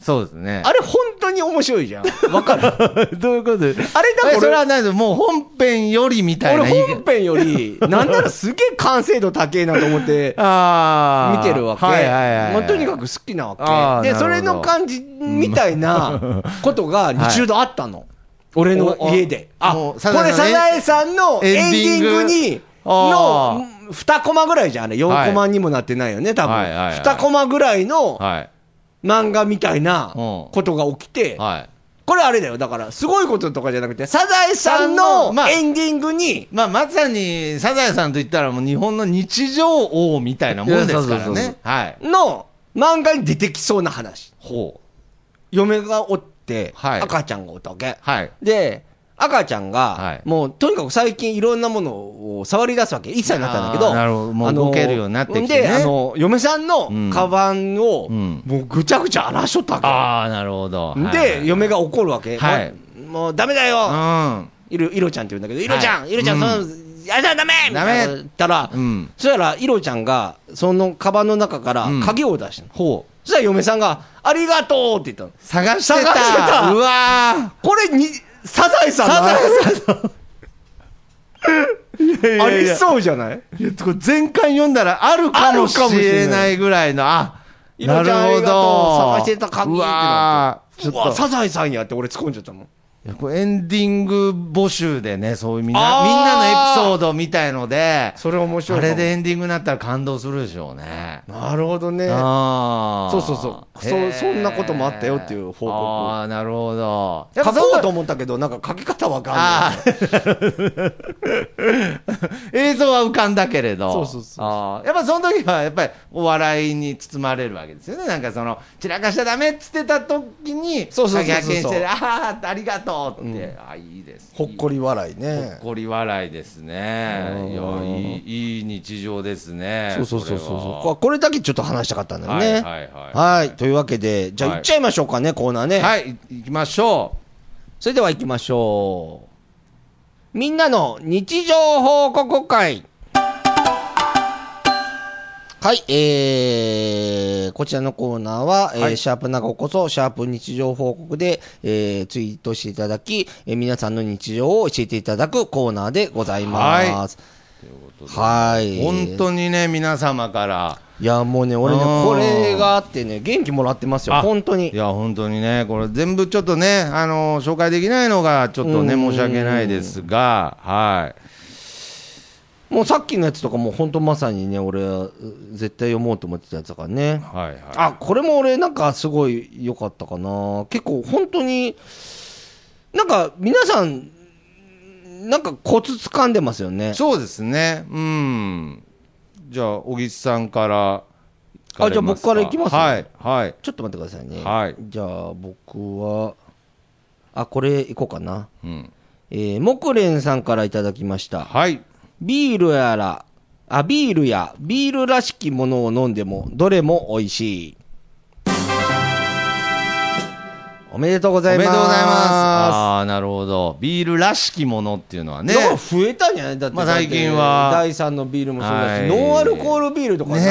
[SPEAKER 2] そうですね
[SPEAKER 1] あれ本当に面白いじゃん。わかる
[SPEAKER 2] どういうことです
[SPEAKER 1] あれだから俺
[SPEAKER 2] それはないですもう本編よりみたいな
[SPEAKER 1] 俺本編より、なんならすげえ完成度高えなと思っ
[SPEAKER 2] [LAUGHS]
[SPEAKER 1] て、
[SPEAKER 2] あ
[SPEAKER 1] 見て
[SPEAKER 2] ー
[SPEAKER 1] るわけ。
[SPEAKER 2] はいはいはい、
[SPEAKER 1] もうとにかく好きなわ
[SPEAKER 2] あー
[SPEAKER 1] け。で、
[SPEAKER 2] なる
[SPEAKER 1] そ
[SPEAKER 2] ほど
[SPEAKER 1] れの感じみたいなことが日中であったの。俺の家で。
[SPEAKER 2] お
[SPEAKER 1] あ、
[SPEAKER 2] も
[SPEAKER 1] こ
[SPEAKER 2] う
[SPEAKER 1] れ
[SPEAKER 2] サ
[SPEAKER 1] サ
[SPEAKER 2] ザエさん
[SPEAKER 1] ザエさんの
[SPEAKER 2] エ
[SPEAKER 1] エ
[SPEAKER 2] ン
[SPEAKER 1] ン
[SPEAKER 2] デ
[SPEAKER 1] デ
[SPEAKER 2] ィ
[SPEAKER 1] ィン
[SPEAKER 2] ング
[SPEAKER 1] グに、
[SPEAKER 2] あ
[SPEAKER 1] の2コマぐらいじゃん、あれ。4コマにもなってないよね、多分。
[SPEAKER 2] はいはいはい
[SPEAKER 1] 2コマぐらいの
[SPEAKER 2] はい
[SPEAKER 1] 漫画みたいな
[SPEAKER 2] うん
[SPEAKER 1] ことが起きて、
[SPEAKER 2] はい
[SPEAKER 1] これあれだよ。だから、すごいこととかじゃなくて、サザエさん
[SPEAKER 2] あ
[SPEAKER 1] の
[SPEAKER 2] のまあ
[SPEAKER 1] エンディングに、
[SPEAKER 2] まあ、まさにサザエさんといったらもう日本の日常王みたいなも
[SPEAKER 1] い
[SPEAKER 2] んですか
[SPEAKER 1] や
[SPEAKER 2] ら
[SPEAKER 1] そうそうそう
[SPEAKER 2] ねはい
[SPEAKER 1] の漫画に出てきそうな話。
[SPEAKER 2] ほう
[SPEAKER 1] 嫁がおって、
[SPEAKER 2] はい
[SPEAKER 1] 赤ちゃんがおったわけ。
[SPEAKER 2] はい
[SPEAKER 1] で、赤ちゃんが、
[SPEAKER 2] はい
[SPEAKER 1] もうとにかく最近いろんなものを触り出すわけ。1歳になったんだけ
[SPEAKER 2] あ
[SPEAKER 1] ど。
[SPEAKER 2] ーなるほどもう
[SPEAKER 1] あの
[SPEAKER 2] 動けるようになってきてね
[SPEAKER 1] で、あの、嫁さんの
[SPEAKER 2] うん
[SPEAKER 1] カバンを、
[SPEAKER 2] うん
[SPEAKER 1] もうぐちゃぐちゃ荒らしとったわ
[SPEAKER 2] ああなるほど
[SPEAKER 1] け。で、嫁
[SPEAKER 2] が
[SPEAKER 1] が怒るわけ。
[SPEAKER 2] はい
[SPEAKER 1] もうもうダメだよ、
[SPEAKER 2] うん
[SPEAKER 1] いろ、いろちゃんって言うんだけど、いろちゃん、
[SPEAKER 2] はい
[SPEAKER 1] いろちゃん、その、やだ、ダメみたいなこと言ったら、
[SPEAKER 2] うん
[SPEAKER 1] そしたら、いろちゃんが、そのカバンの中から
[SPEAKER 2] うん
[SPEAKER 1] 鍵を出したの。
[SPEAKER 2] ほう
[SPEAKER 1] そしたら嫁さんが、ありがとうって言ったの。
[SPEAKER 2] 探してた
[SPEAKER 1] 探してた
[SPEAKER 2] うわ
[SPEAKER 1] これに、サザエさんサザエさ
[SPEAKER 2] ー
[SPEAKER 1] ん [LAUGHS] ありそうじゃない
[SPEAKER 2] いやこれ全巻読んだらあるかもしれないぐらいのあ
[SPEAKER 1] い
[SPEAKER 2] な
[SPEAKER 1] ろち
[SPEAKER 2] る
[SPEAKER 1] ゃんあ
[SPEAKER 2] ほ
[SPEAKER 1] りがと
[SPEAKER 2] ど
[SPEAKER 1] う探してた鍵
[SPEAKER 2] う
[SPEAKER 1] って
[SPEAKER 2] わ
[SPEAKER 1] な
[SPEAKER 2] ーちょっ
[SPEAKER 1] うわ、
[SPEAKER 2] と
[SPEAKER 1] サザエさんやって俺突っ込んじゃったもん。
[SPEAKER 2] いやこれエンディング募集でね、そういうみんな、
[SPEAKER 1] あー
[SPEAKER 2] みんなのエピソードみたいので、
[SPEAKER 1] それ面白い
[SPEAKER 2] あ
[SPEAKER 1] かも
[SPEAKER 2] れでエンディングになったら感動するでしょうね。
[SPEAKER 1] なるほどね。
[SPEAKER 2] あー
[SPEAKER 1] そうそうそうそ
[SPEAKER 2] へー
[SPEAKER 1] そんなこともあったよっていう報告
[SPEAKER 2] ああ、なるほど。
[SPEAKER 1] 書こうと
[SPEAKER 2] やっぱそんな
[SPEAKER 1] 思ったけど、なんか書き方わかんない。
[SPEAKER 2] あー [LAUGHS] 映像は浮かんだけれど。
[SPEAKER 1] そうそうそう
[SPEAKER 2] あーやっぱその時は、やっぱりお笑いに包まれるわけですよね。なんかその、散らかしちゃダメっつってた時に、
[SPEAKER 1] そうそうそうそう
[SPEAKER 2] 先発見して、ああ、ありがとうって、あーいいです。
[SPEAKER 1] ほっこり笑い
[SPEAKER 2] ほっ
[SPEAKER 1] ね。
[SPEAKER 2] こり笑いですね。いや、いい、いい日常ですね。
[SPEAKER 1] そうそうそうそうそう
[SPEAKER 2] こ
[SPEAKER 1] こ。これだけちょっと話したかったんだよね。
[SPEAKER 2] はいはいはい
[SPEAKER 1] はいというわけで、じゃあ
[SPEAKER 2] はい
[SPEAKER 1] 行っちゃいましょうかね、コーナーね。
[SPEAKER 2] れははい、行きましょ
[SPEAKER 1] それでは行きましょう。みんなの日常報告会。はい、えー、こちらのコーナーは、えー
[SPEAKER 2] はい
[SPEAKER 1] シャープなごこそ、シャープ日常報告で、えー、ツイートしていただき、えー皆さんの日常を教えていただくコーナーでございます。は
[SPEAKER 2] う。
[SPEAKER 1] い。
[SPEAKER 2] 本当にね、皆様から。
[SPEAKER 1] いや、もうね、俺ね、
[SPEAKER 2] うん
[SPEAKER 1] これがあってね、元気もらってますよ、
[SPEAKER 2] あ
[SPEAKER 1] 本当
[SPEAKER 2] い
[SPEAKER 1] に。
[SPEAKER 2] や、本当にね、これ全部ちょっとね、あの、紹介できないのが、ちょっとね、
[SPEAKER 1] うん
[SPEAKER 2] 申し訳ないですが、はい。
[SPEAKER 1] もうさっきのやつとかも、本当まさにね、俺はう絶対読もうと思ってたやつだからね。
[SPEAKER 2] はいはい。
[SPEAKER 1] あこれも俺なんかすごい良かったかな結構本当になんか皆さんなんかコツ掴んでますよね
[SPEAKER 2] そうですね。うん。じゃあ、小木さんから
[SPEAKER 1] あじゃあ僕からいきます
[SPEAKER 2] はい、はい。
[SPEAKER 1] ちょっと待ってくださいね。
[SPEAKER 2] はい
[SPEAKER 1] じゃあ、僕は、あ、これいこうかな。
[SPEAKER 2] うん。
[SPEAKER 1] えー、木蓮さんからいただきました。
[SPEAKER 2] はい。
[SPEAKER 1] ビールやら、あ、ビールや、ビールらしきものを飲んでも、どれも美味しい。おめでとうございます。
[SPEAKER 2] おめでとうございます。
[SPEAKER 1] あ
[SPEAKER 2] ああー、なるほど。ビールらしきものっていうのは
[SPEAKER 1] ね、
[SPEAKER 2] ね。
[SPEAKER 1] なんか増えたんじゃないだって、
[SPEAKER 2] まあ最近は
[SPEAKER 1] 第3のビールもそうだし、
[SPEAKER 2] はい
[SPEAKER 1] ノンアルコールビールとかな。
[SPEAKER 2] ね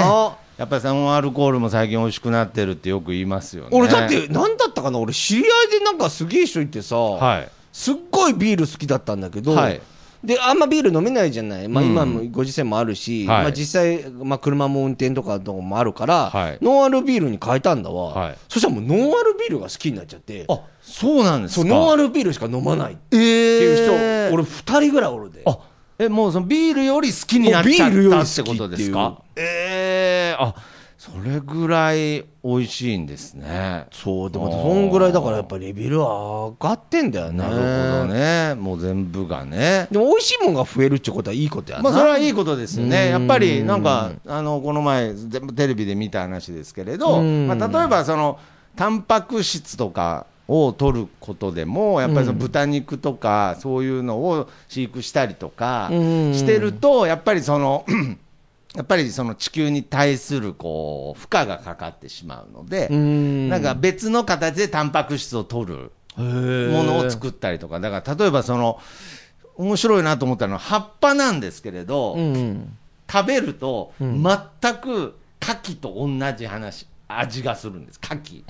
[SPEAKER 2] やっぱりノンアルコールも最近美味しくなってるってよく言いますよね。
[SPEAKER 1] 俺だって、なんだったかな俺知り合いでなんかすげえ人いてさ、
[SPEAKER 2] はい。
[SPEAKER 1] すっごいビール好きだったんだけど、
[SPEAKER 2] はい
[SPEAKER 1] であんまビール飲めないじゃない、まあ、
[SPEAKER 2] うん
[SPEAKER 1] 今もご時世もあるし、
[SPEAKER 2] はい
[SPEAKER 1] まあ、実際、まあ、車も運転とかとかもあるから、
[SPEAKER 2] はい
[SPEAKER 1] ノンアルビールに変えたんだわ、
[SPEAKER 2] はい
[SPEAKER 1] そしたらもうノンアルビールが好きになっちゃって、
[SPEAKER 2] あ、そうなんです
[SPEAKER 1] そ
[SPEAKER 2] か。
[SPEAKER 1] うノンア
[SPEAKER 2] ル
[SPEAKER 1] ルビールしか飲まないって
[SPEAKER 2] え
[SPEAKER 1] いう人、
[SPEAKER 2] え
[SPEAKER 1] 俺、2人ぐらいおるで。
[SPEAKER 2] あ、え、もうそのビールより好きになっちゃったってことです
[SPEAKER 1] も
[SPEAKER 2] か。ええー、あ、それぐらい美味しいんですね。
[SPEAKER 1] そうで
[SPEAKER 2] あ
[SPEAKER 1] も
[SPEAKER 2] ー
[SPEAKER 1] そんぐらいだからやっぱレベルは上がってんだよね。
[SPEAKER 2] なるほどね。もう全部がね。
[SPEAKER 1] でも美味しいもんが増えるってことはいいことやな。
[SPEAKER 2] まあ、それはいいことですよ
[SPEAKER 1] うん
[SPEAKER 2] ね、やっぱりなんか、あのこの前、全部テレビで見た話ですけれど、
[SPEAKER 1] うん
[SPEAKER 2] まあ、例えばその、タンパク質とかを取ることでも、やっぱりその豚肉とか、そういうのを飼育したりとか
[SPEAKER 1] うん
[SPEAKER 2] してると、やっぱりその、 [CLEARS THROAT] やっぱりその地球に対するこう負荷がかかってしまうので、
[SPEAKER 1] うん
[SPEAKER 2] なんか別の形でタンパク質を取る。も
[SPEAKER 1] も
[SPEAKER 2] のを作ったりとか、だから例えばその、面白いなと思ったのは、葉っぱなんですけれど、
[SPEAKER 1] うん、
[SPEAKER 2] 食べると、全く牡蠣と同じ話、味がするんです、牡蠣、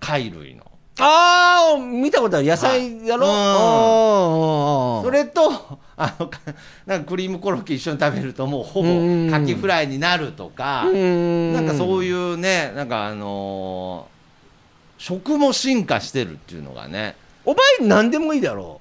[SPEAKER 2] 貝類の。
[SPEAKER 1] ああ、見たことある。野菜やろ、あーあーあー
[SPEAKER 2] それと、あのかなんかクリームコロッケ一緒に食べると、もうほぼ
[SPEAKER 1] う
[SPEAKER 2] 牡
[SPEAKER 1] ん
[SPEAKER 2] 蠣フライになるとか、
[SPEAKER 1] うん
[SPEAKER 2] なんかそういうね、なんかあのー食も進化してるっていうのがね。
[SPEAKER 1] お前何でもいいだろ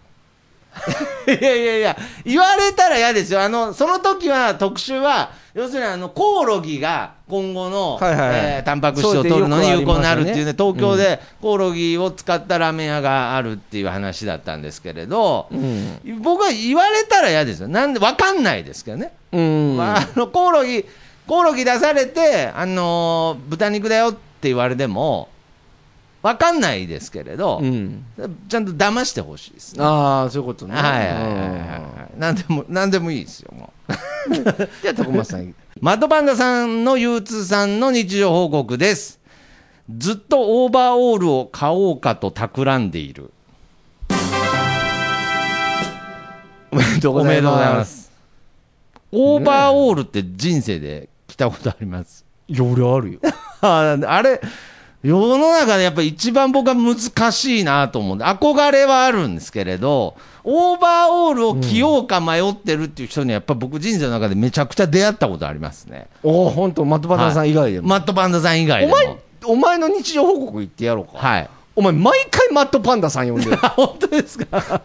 [SPEAKER 2] いやいやいや、言われたら嫌ですよ。あの、その時は特集は、要するにあの、コオロギが今後の、
[SPEAKER 1] はいはいはい
[SPEAKER 2] えータンパク質を取るのに
[SPEAKER 1] そうやって
[SPEAKER 2] 有
[SPEAKER 1] よくありま
[SPEAKER 2] 効に
[SPEAKER 1] す
[SPEAKER 2] な
[SPEAKER 1] よ
[SPEAKER 2] るっ
[SPEAKER 1] ね
[SPEAKER 2] ていうね、東京でコオロギを使ったラーメン屋があるっていう話だったんですけれど、
[SPEAKER 1] う。うん。
[SPEAKER 2] 僕は言われたら嫌ですよ。なんで、わかんないですけどね。
[SPEAKER 1] うん。
[SPEAKER 2] まあ、あの、コオロギ、コオロギ出されて、あのー豚肉だよって言われても、わかんないですけれど、
[SPEAKER 1] うん。
[SPEAKER 2] ちゃんと騙してほしいですね。
[SPEAKER 1] ああ、そういうことね。
[SPEAKER 2] はいはいはいはい。なんでも、なんでもいいですよ、もう。
[SPEAKER 1] い。じゃあ、徳 [LAUGHS] 松さん。
[SPEAKER 2] マドパンダさんの憂鬱さんの日常報告です。ずっとオーバーオールを買おうかと企んでいる。
[SPEAKER 1] おめでとう
[SPEAKER 2] お
[SPEAKER 1] ござ
[SPEAKER 2] めで
[SPEAKER 1] い
[SPEAKER 2] とうござい
[SPEAKER 1] ま。
[SPEAKER 2] ますす。オーバーオールって人生で着たことあります [LAUGHS]
[SPEAKER 1] いや、俺あるよ。
[SPEAKER 2] ああれ、世の中でやっぱり一番僕は難しいなと思うんで、憧れはあるんですけれど、オーバーオールを着ようか迷ってるっていう人には、やっぱ僕、人生の中でめちゃくちゃ出会ったことありますね。
[SPEAKER 1] おお、本当マトバタさん以外でも。
[SPEAKER 2] マットパンダさん以外
[SPEAKER 1] お
[SPEAKER 2] でも。
[SPEAKER 1] 前、お前の日常報告言ってやろうか。
[SPEAKER 2] はい。
[SPEAKER 1] お前、毎回マットパンダさん呼んでる。
[SPEAKER 2] 本当ですか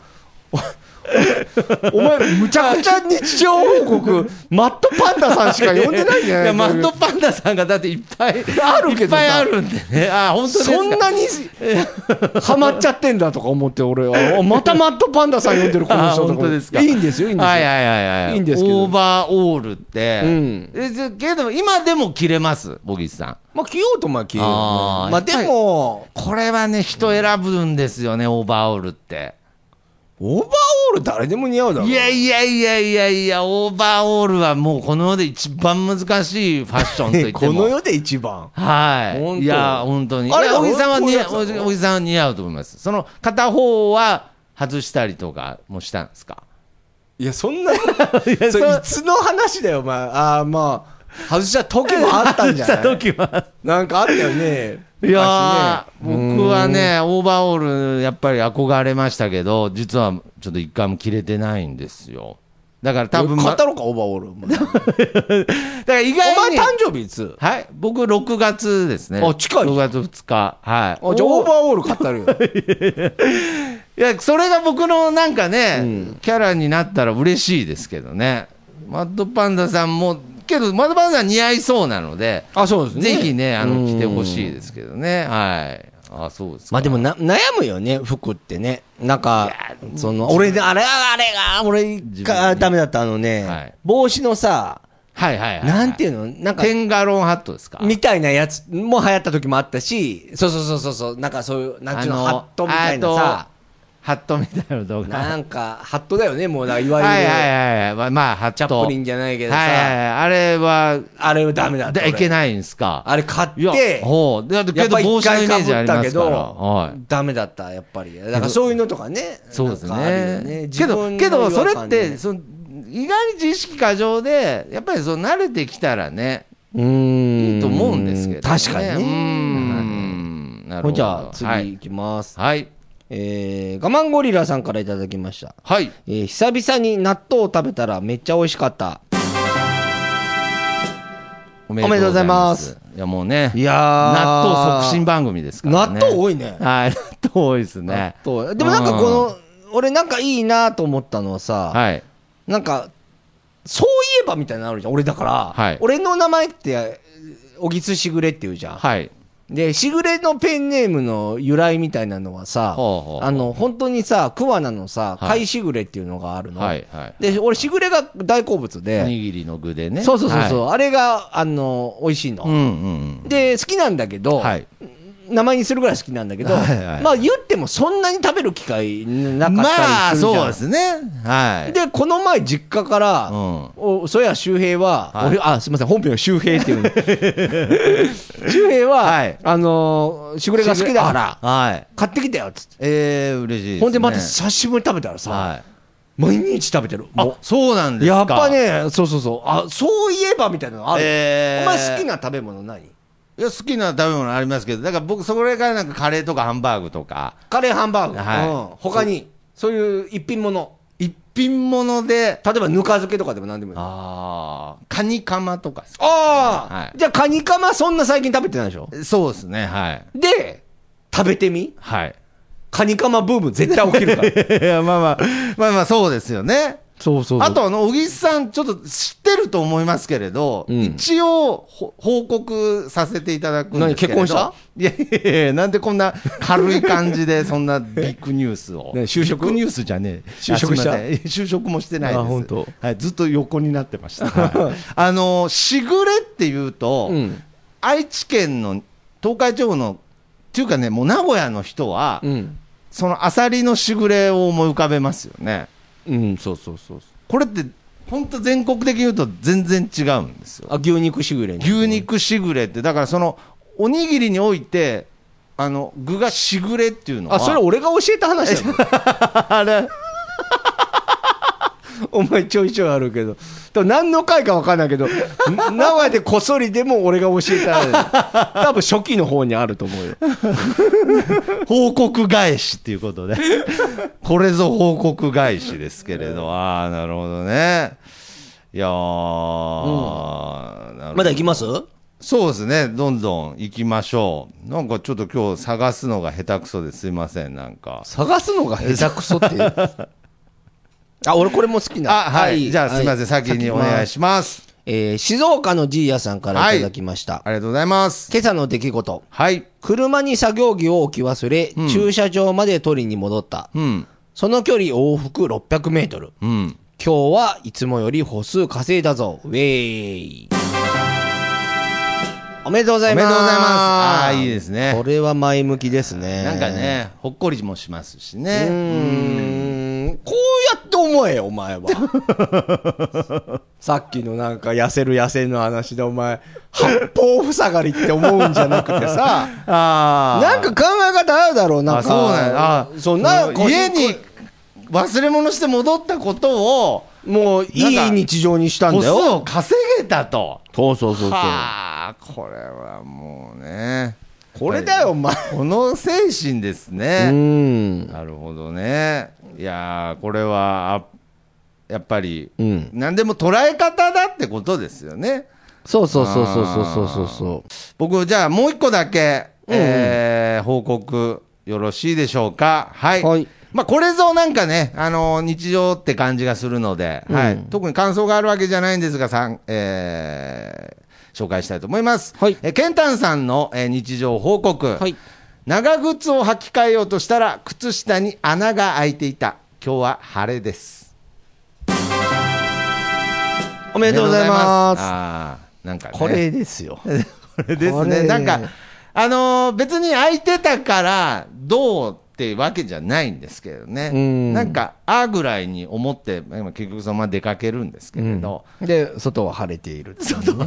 [SPEAKER 1] お前、むちゃくちゃ日常報告、マットパンダさんしか呼んでないんじゃない
[SPEAKER 2] や、マットパンダさんがだっていっぱい、
[SPEAKER 1] あるけどさ
[SPEAKER 2] いっぱいあるんでね。あ、本当ですか
[SPEAKER 1] そんなにハマっちゃってんだとか思って、俺は、
[SPEAKER 2] [LAUGHS]
[SPEAKER 1] あまたマットパンダさん呼んでる、この
[SPEAKER 2] あ
[SPEAKER 1] 人と
[SPEAKER 2] 本
[SPEAKER 1] か
[SPEAKER 2] 当ですか
[SPEAKER 1] いいんですよ、いいんですよ。
[SPEAKER 2] はいはいはいはい。
[SPEAKER 1] いいんですけど
[SPEAKER 2] オーバーオールって。
[SPEAKER 1] うん
[SPEAKER 2] えじゃけど、今でも着れます、ボギスさん。
[SPEAKER 1] まあ、着ようとまあ着ようよね
[SPEAKER 2] あー
[SPEAKER 1] まあ、でも、
[SPEAKER 2] これはね、人選ぶんですよね、オーバーオールって。
[SPEAKER 1] オーバーオール誰でも似合うだろう。
[SPEAKER 2] いやいやいやいやいや、オーバーオールはもうこの世で一番難しいファッションと言っても。
[SPEAKER 1] この世で一番。
[SPEAKER 2] は
[SPEAKER 1] 本当
[SPEAKER 2] い。いや、本当に。
[SPEAKER 1] あれ
[SPEAKER 2] いや小木さんは似合
[SPEAKER 1] こういうやつなの
[SPEAKER 2] う、小木さんは似合うと思います。その片方は外したりとかもしたんですか
[SPEAKER 1] いや、そんな、それいつの話だよ、お前。ああ、まあ、外した時もあったん
[SPEAKER 2] [LAUGHS]
[SPEAKER 1] じゃない
[SPEAKER 2] は。
[SPEAKER 1] なんかあったよね。
[SPEAKER 2] いやー、
[SPEAKER 1] 昔ね
[SPEAKER 2] 僕はね、オーバーオール、やっぱり憧れましたけど、実はちょっと一回も着れてないんですよ。だから多分、ま
[SPEAKER 1] 買っ
[SPEAKER 2] だか
[SPEAKER 1] たのか、オーバーオール。お前、
[SPEAKER 2] ら意
[SPEAKER 1] お
[SPEAKER 2] 外
[SPEAKER 1] 前
[SPEAKER 2] に
[SPEAKER 1] 誕、生日いつ
[SPEAKER 2] はい、僕6月ですね。
[SPEAKER 1] あ近いじゃん
[SPEAKER 2] ?6 月2日。はい。
[SPEAKER 1] あ、じゃあオーバーオール買ったるよ。
[SPEAKER 2] いや、それが僕のなんかね、キャラになったら嬉しいですけどね。マッドパンダさんも、けど、マッドパンダさん似合いそうなので、
[SPEAKER 1] [LAUGHS] あ、そうですね。
[SPEAKER 2] ぜひね、あの、来てほ
[SPEAKER 1] い。
[SPEAKER 2] しいですけどね。はい。あ、そうですか。
[SPEAKER 1] まあでもな悩むよね、服ってね。なんか、その、俺ね、あれ、あれが、俺
[SPEAKER 2] 自分
[SPEAKER 1] がダメだったあのね、
[SPEAKER 2] はい
[SPEAKER 1] 帽子のさ、
[SPEAKER 2] はいはいはい。
[SPEAKER 1] なんていうのなんか、
[SPEAKER 2] テンガロンハットですか
[SPEAKER 1] みたいなやつも流行った時もあったし、そうそうそうそうそう、なんかそういう、なんていうの、ハットみたいなさ、。
[SPEAKER 2] ハットみたいな動画。はい
[SPEAKER 1] なんか、ハットだよね、もうだから、いわゆる、
[SPEAKER 2] はいはいはい。まあ、ハット。
[SPEAKER 1] チャップリンじゃないけどさ、
[SPEAKER 2] はいはいはい。あれは、
[SPEAKER 1] あれはダメだって
[SPEAKER 2] だいけ
[SPEAKER 1] い。
[SPEAKER 2] ないんですか。
[SPEAKER 1] あれ買っ
[SPEAKER 2] いや
[SPEAKER 1] て、、
[SPEAKER 2] ほう。だって
[SPEAKER 1] やっぱ
[SPEAKER 2] けど
[SPEAKER 1] り
[SPEAKER 2] 帽
[SPEAKER 1] 一
[SPEAKER 2] 子の
[SPEAKER 1] 回
[SPEAKER 2] イメージあ
[SPEAKER 1] 被っ
[SPEAKER 2] り
[SPEAKER 1] た
[SPEAKER 2] ま
[SPEAKER 1] け
[SPEAKER 2] すから。
[SPEAKER 1] ど
[SPEAKER 2] は、
[SPEAKER 1] ダメだった、やっぱり。だからそういうのとかね。
[SPEAKER 2] い。そうです
[SPEAKER 1] なんかあるよ
[SPEAKER 2] ね。
[SPEAKER 1] 自
[SPEAKER 2] け
[SPEAKER 1] 分
[SPEAKER 2] ど、
[SPEAKER 1] の
[SPEAKER 2] けど、
[SPEAKER 1] 違
[SPEAKER 2] そ
[SPEAKER 1] 和
[SPEAKER 2] れ
[SPEAKER 1] 感
[SPEAKER 2] っ
[SPEAKER 1] でね
[SPEAKER 2] て、その、意外に自意識過剰で、やっぱりそう慣れてきたらね、
[SPEAKER 1] うん
[SPEAKER 2] いいと思うんですけどね。
[SPEAKER 1] 確か
[SPEAKER 2] う
[SPEAKER 1] にね。
[SPEAKER 2] ん。な
[SPEAKER 1] ほ
[SPEAKER 2] るほ
[SPEAKER 1] ん
[SPEAKER 2] ど。
[SPEAKER 1] じゃあ、
[SPEAKER 2] は
[SPEAKER 1] 次
[SPEAKER 2] い
[SPEAKER 1] 行きます。
[SPEAKER 2] はい。
[SPEAKER 1] えー、我慢ゴリラさんからいただきました。
[SPEAKER 2] はい。
[SPEAKER 1] えー久々に納豆を食べたらめっちゃ美味しかった。
[SPEAKER 2] お
[SPEAKER 1] めでとうございます
[SPEAKER 2] めでとうございます。いや、もうね。
[SPEAKER 1] いや
[SPEAKER 2] 納豆促進
[SPEAKER 1] 版、
[SPEAKER 2] 番組ですからね。
[SPEAKER 1] 納豆多いね
[SPEAKER 2] はい、納豆多いですね。
[SPEAKER 1] 納豆でもなんかこの、俺なんかいいなと思ったのはさ、
[SPEAKER 2] うん、はい。
[SPEAKER 1] なんか、そういえばみたいなのあるじゃん、俺だから。
[SPEAKER 2] はい
[SPEAKER 1] 俺の名前って、えー小木津しぐれっていうじゃん。
[SPEAKER 2] はい。
[SPEAKER 1] で、しぐれのペンネームの由来みたいなのはさ、
[SPEAKER 2] ほうほう
[SPEAKER 1] あの、本当にさ、桑名のさ、
[SPEAKER 2] はい
[SPEAKER 1] 貝しぐれっていうのがあるの。
[SPEAKER 2] はい。はい。
[SPEAKER 1] で、俺しぐれが大好物
[SPEAKER 2] お
[SPEAKER 1] で、
[SPEAKER 2] にぎりの具でね。
[SPEAKER 1] そうそうそうそう、
[SPEAKER 2] は
[SPEAKER 1] あれが、あの、美味しいの。
[SPEAKER 2] い。うんうんうん。
[SPEAKER 1] で、好きなんだけど、
[SPEAKER 2] はい。
[SPEAKER 1] 名前にするぐらい好きなんだけど、
[SPEAKER 2] はいはい
[SPEAKER 1] まあ言ってもそんなに食べる機会なか
[SPEAKER 2] ま
[SPEAKER 1] った
[SPEAKER 2] あ、
[SPEAKER 1] りするじゃん。
[SPEAKER 2] そうですね。はい。
[SPEAKER 1] で、この前実家から、
[SPEAKER 2] うん
[SPEAKER 1] おそや周平は、
[SPEAKER 2] はい
[SPEAKER 1] 俺あすみません、本名は周平
[SPEAKER 2] [LAUGHS]
[SPEAKER 1] っていうの周平は、
[SPEAKER 2] はい
[SPEAKER 1] あのーしぐれが好きだから、
[SPEAKER 2] はい。
[SPEAKER 1] 買ってきたよっつって、
[SPEAKER 2] えー、嬉しいです、ね。
[SPEAKER 1] ほんでまた久しぶりに食べたらさ、
[SPEAKER 2] はい。
[SPEAKER 1] 毎日食べてる。
[SPEAKER 2] あ
[SPEAKER 1] も、
[SPEAKER 2] そうな
[SPEAKER 1] う
[SPEAKER 2] んですか。
[SPEAKER 1] やっぱ。ね、そうそうそう、あそういえばみたいなのある、
[SPEAKER 2] えー
[SPEAKER 1] お前好きな食べ物何
[SPEAKER 2] いや、好きな食べ物ありますけど、だから僕、そこらからなんかカレーとかハンバーグとか、
[SPEAKER 1] カレーハンバーグ、
[SPEAKER 2] はい
[SPEAKER 1] うん、他にそういう一品物
[SPEAKER 2] 一品物で、
[SPEAKER 1] 例えばぬか漬けとかでも何でもいい。
[SPEAKER 2] ああ、カニカマとかですか
[SPEAKER 1] ああ、
[SPEAKER 2] はい
[SPEAKER 1] じゃあカニカマそんな最近食べてないでしょ
[SPEAKER 2] そうですね、はい。
[SPEAKER 1] で、食べてみ
[SPEAKER 2] [LAUGHS] はい。
[SPEAKER 1] カニカマブーム絶対起きるから。
[SPEAKER 2] いや、まあまあ、まあまあ、そうですよね。
[SPEAKER 1] そうそ
[SPEAKER 2] あと、あの、小木さん、ちょっと知ってると思いますけれど、
[SPEAKER 1] うん
[SPEAKER 2] 一応、ほ報告させていただくんですけれど。
[SPEAKER 1] 何結婚した
[SPEAKER 2] いやいやいや、なんでこんな軽い感じで、そ [LAUGHS] んなビッグニュースを。
[SPEAKER 1] ね就職
[SPEAKER 2] ビッグニュースじゃねえ。
[SPEAKER 1] 就職した
[SPEAKER 2] あすいません就職もしてないです。
[SPEAKER 1] あ本当
[SPEAKER 2] はい、ずっと横になってました。
[SPEAKER 1] [LAUGHS]
[SPEAKER 2] はいあの、しぐれっていうと、
[SPEAKER 1] うん
[SPEAKER 2] 愛知県の、東海地方の、っていうかね、もう名古屋の人は、
[SPEAKER 1] うん。
[SPEAKER 2] そのアサリのしぐれを思い浮かべますよね。
[SPEAKER 1] うん、そうそうそう。
[SPEAKER 2] これって、本当全国的に言うと全然違うんですよ。
[SPEAKER 1] あ、牛肉しぐれに。
[SPEAKER 2] 牛。肉しぐれって、だからその、おにぎりにおいて、あの、具がしぐれっていうのは。
[SPEAKER 1] あ、それ俺が教え [LAUGHS] た話だよ。
[SPEAKER 2] あれ
[SPEAKER 1] [LAUGHS] お前ちょいちょいあるけど。多分何の回か分かんないけど、 [LAUGHS] 名古屋でこっそりでも俺が教えた話。 [LAUGHS] 多分初期の方にあると思うよ。
[SPEAKER 2] 報告返しっていうことで。 [LAUGHS] これぞ報告返しですけれど。ああ、なるほどね。いやー、なるほど
[SPEAKER 1] まだ行きます
[SPEAKER 2] そうですね、どんどん行きましょう。なんかちょっと今日探すのが下手くそですいません、なんか。
[SPEAKER 1] 探すのが下手くそって。 [LAUGHS] あ、俺これも好きな。
[SPEAKER 2] あ、はい。じゃあすいません、先にお願いします。
[SPEAKER 1] えー静岡のじいやさんからいただきました。
[SPEAKER 2] ありがとうございます。
[SPEAKER 1] 今朝の出来事。
[SPEAKER 2] はい。
[SPEAKER 1] 車に作業着を置き忘れ、駐車場まで取りに戻った。
[SPEAKER 2] うん。
[SPEAKER 1] その距離往復600メートル。
[SPEAKER 2] うん。
[SPEAKER 1] 今日はいつもより歩数稼いだぞ。ウェーイ。おめでとうございます。
[SPEAKER 2] おめでとうございますあーいいですね
[SPEAKER 1] これは前向きですね。
[SPEAKER 2] なんか。ね、ほっこりもしますし
[SPEAKER 1] う
[SPEAKER 2] ね。
[SPEAKER 1] ーん。こうやって思えよ、お前は。
[SPEAKER 2] [LAUGHS]
[SPEAKER 1] さっきのなんか痩せる痩せるの話でお前、八方塞がりって思うんじゃなくてさ。
[SPEAKER 2] ああ。
[SPEAKER 1] なんか考え方あるだろう、なんか。
[SPEAKER 2] あそうなんあ
[SPEAKER 1] そうなんか
[SPEAKER 2] 家に忘れ物して戻ったことを、
[SPEAKER 1] もう、いい日常にしたん
[SPEAKER 2] 個
[SPEAKER 1] だ
[SPEAKER 2] 数
[SPEAKER 1] よ。
[SPEAKER 2] を稼げたと。
[SPEAKER 1] そうそうそうそう。
[SPEAKER 2] はあ、これはもうね。
[SPEAKER 1] これだよ、お前。
[SPEAKER 2] この精神です
[SPEAKER 1] う
[SPEAKER 2] ね。
[SPEAKER 1] ん。
[SPEAKER 2] なるほどね。いやー、これは、あやっぱり、
[SPEAKER 1] うん。
[SPEAKER 2] 何でも捉え方だってことですよね。
[SPEAKER 1] そうそうそうそうそうそうそうそ
[SPEAKER 2] 僕、じゃあもう一個だけ、
[SPEAKER 1] うん
[SPEAKER 2] えー報告よろしいでしょうか。はい。
[SPEAKER 1] はい
[SPEAKER 2] まあ、これぞなんかね、あのー日常って感じがするので、は
[SPEAKER 1] う
[SPEAKER 2] い。特に感想があるわけじゃないんですが、さん、えー紹介したいと思います。
[SPEAKER 1] はい
[SPEAKER 2] えーケンタンさんの、えー日常報告。
[SPEAKER 1] う。はい。
[SPEAKER 2] 長靴を履き替えようとしたら靴下に穴が開いていた今日は晴れです
[SPEAKER 1] おめでとうございます
[SPEAKER 2] あーなんか、ね、
[SPEAKER 1] これですよ。
[SPEAKER 2] これです
[SPEAKER 1] これ
[SPEAKER 2] ね。なんか、あのー別に空いてたから、どうってわけじゃないんですけどね。
[SPEAKER 1] うん
[SPEAKER 2] なんか、あーぐらいに思って、まあ結局そのまま出かけるんですけれど。
[SPEAKER 1] で、外は晴れている。外は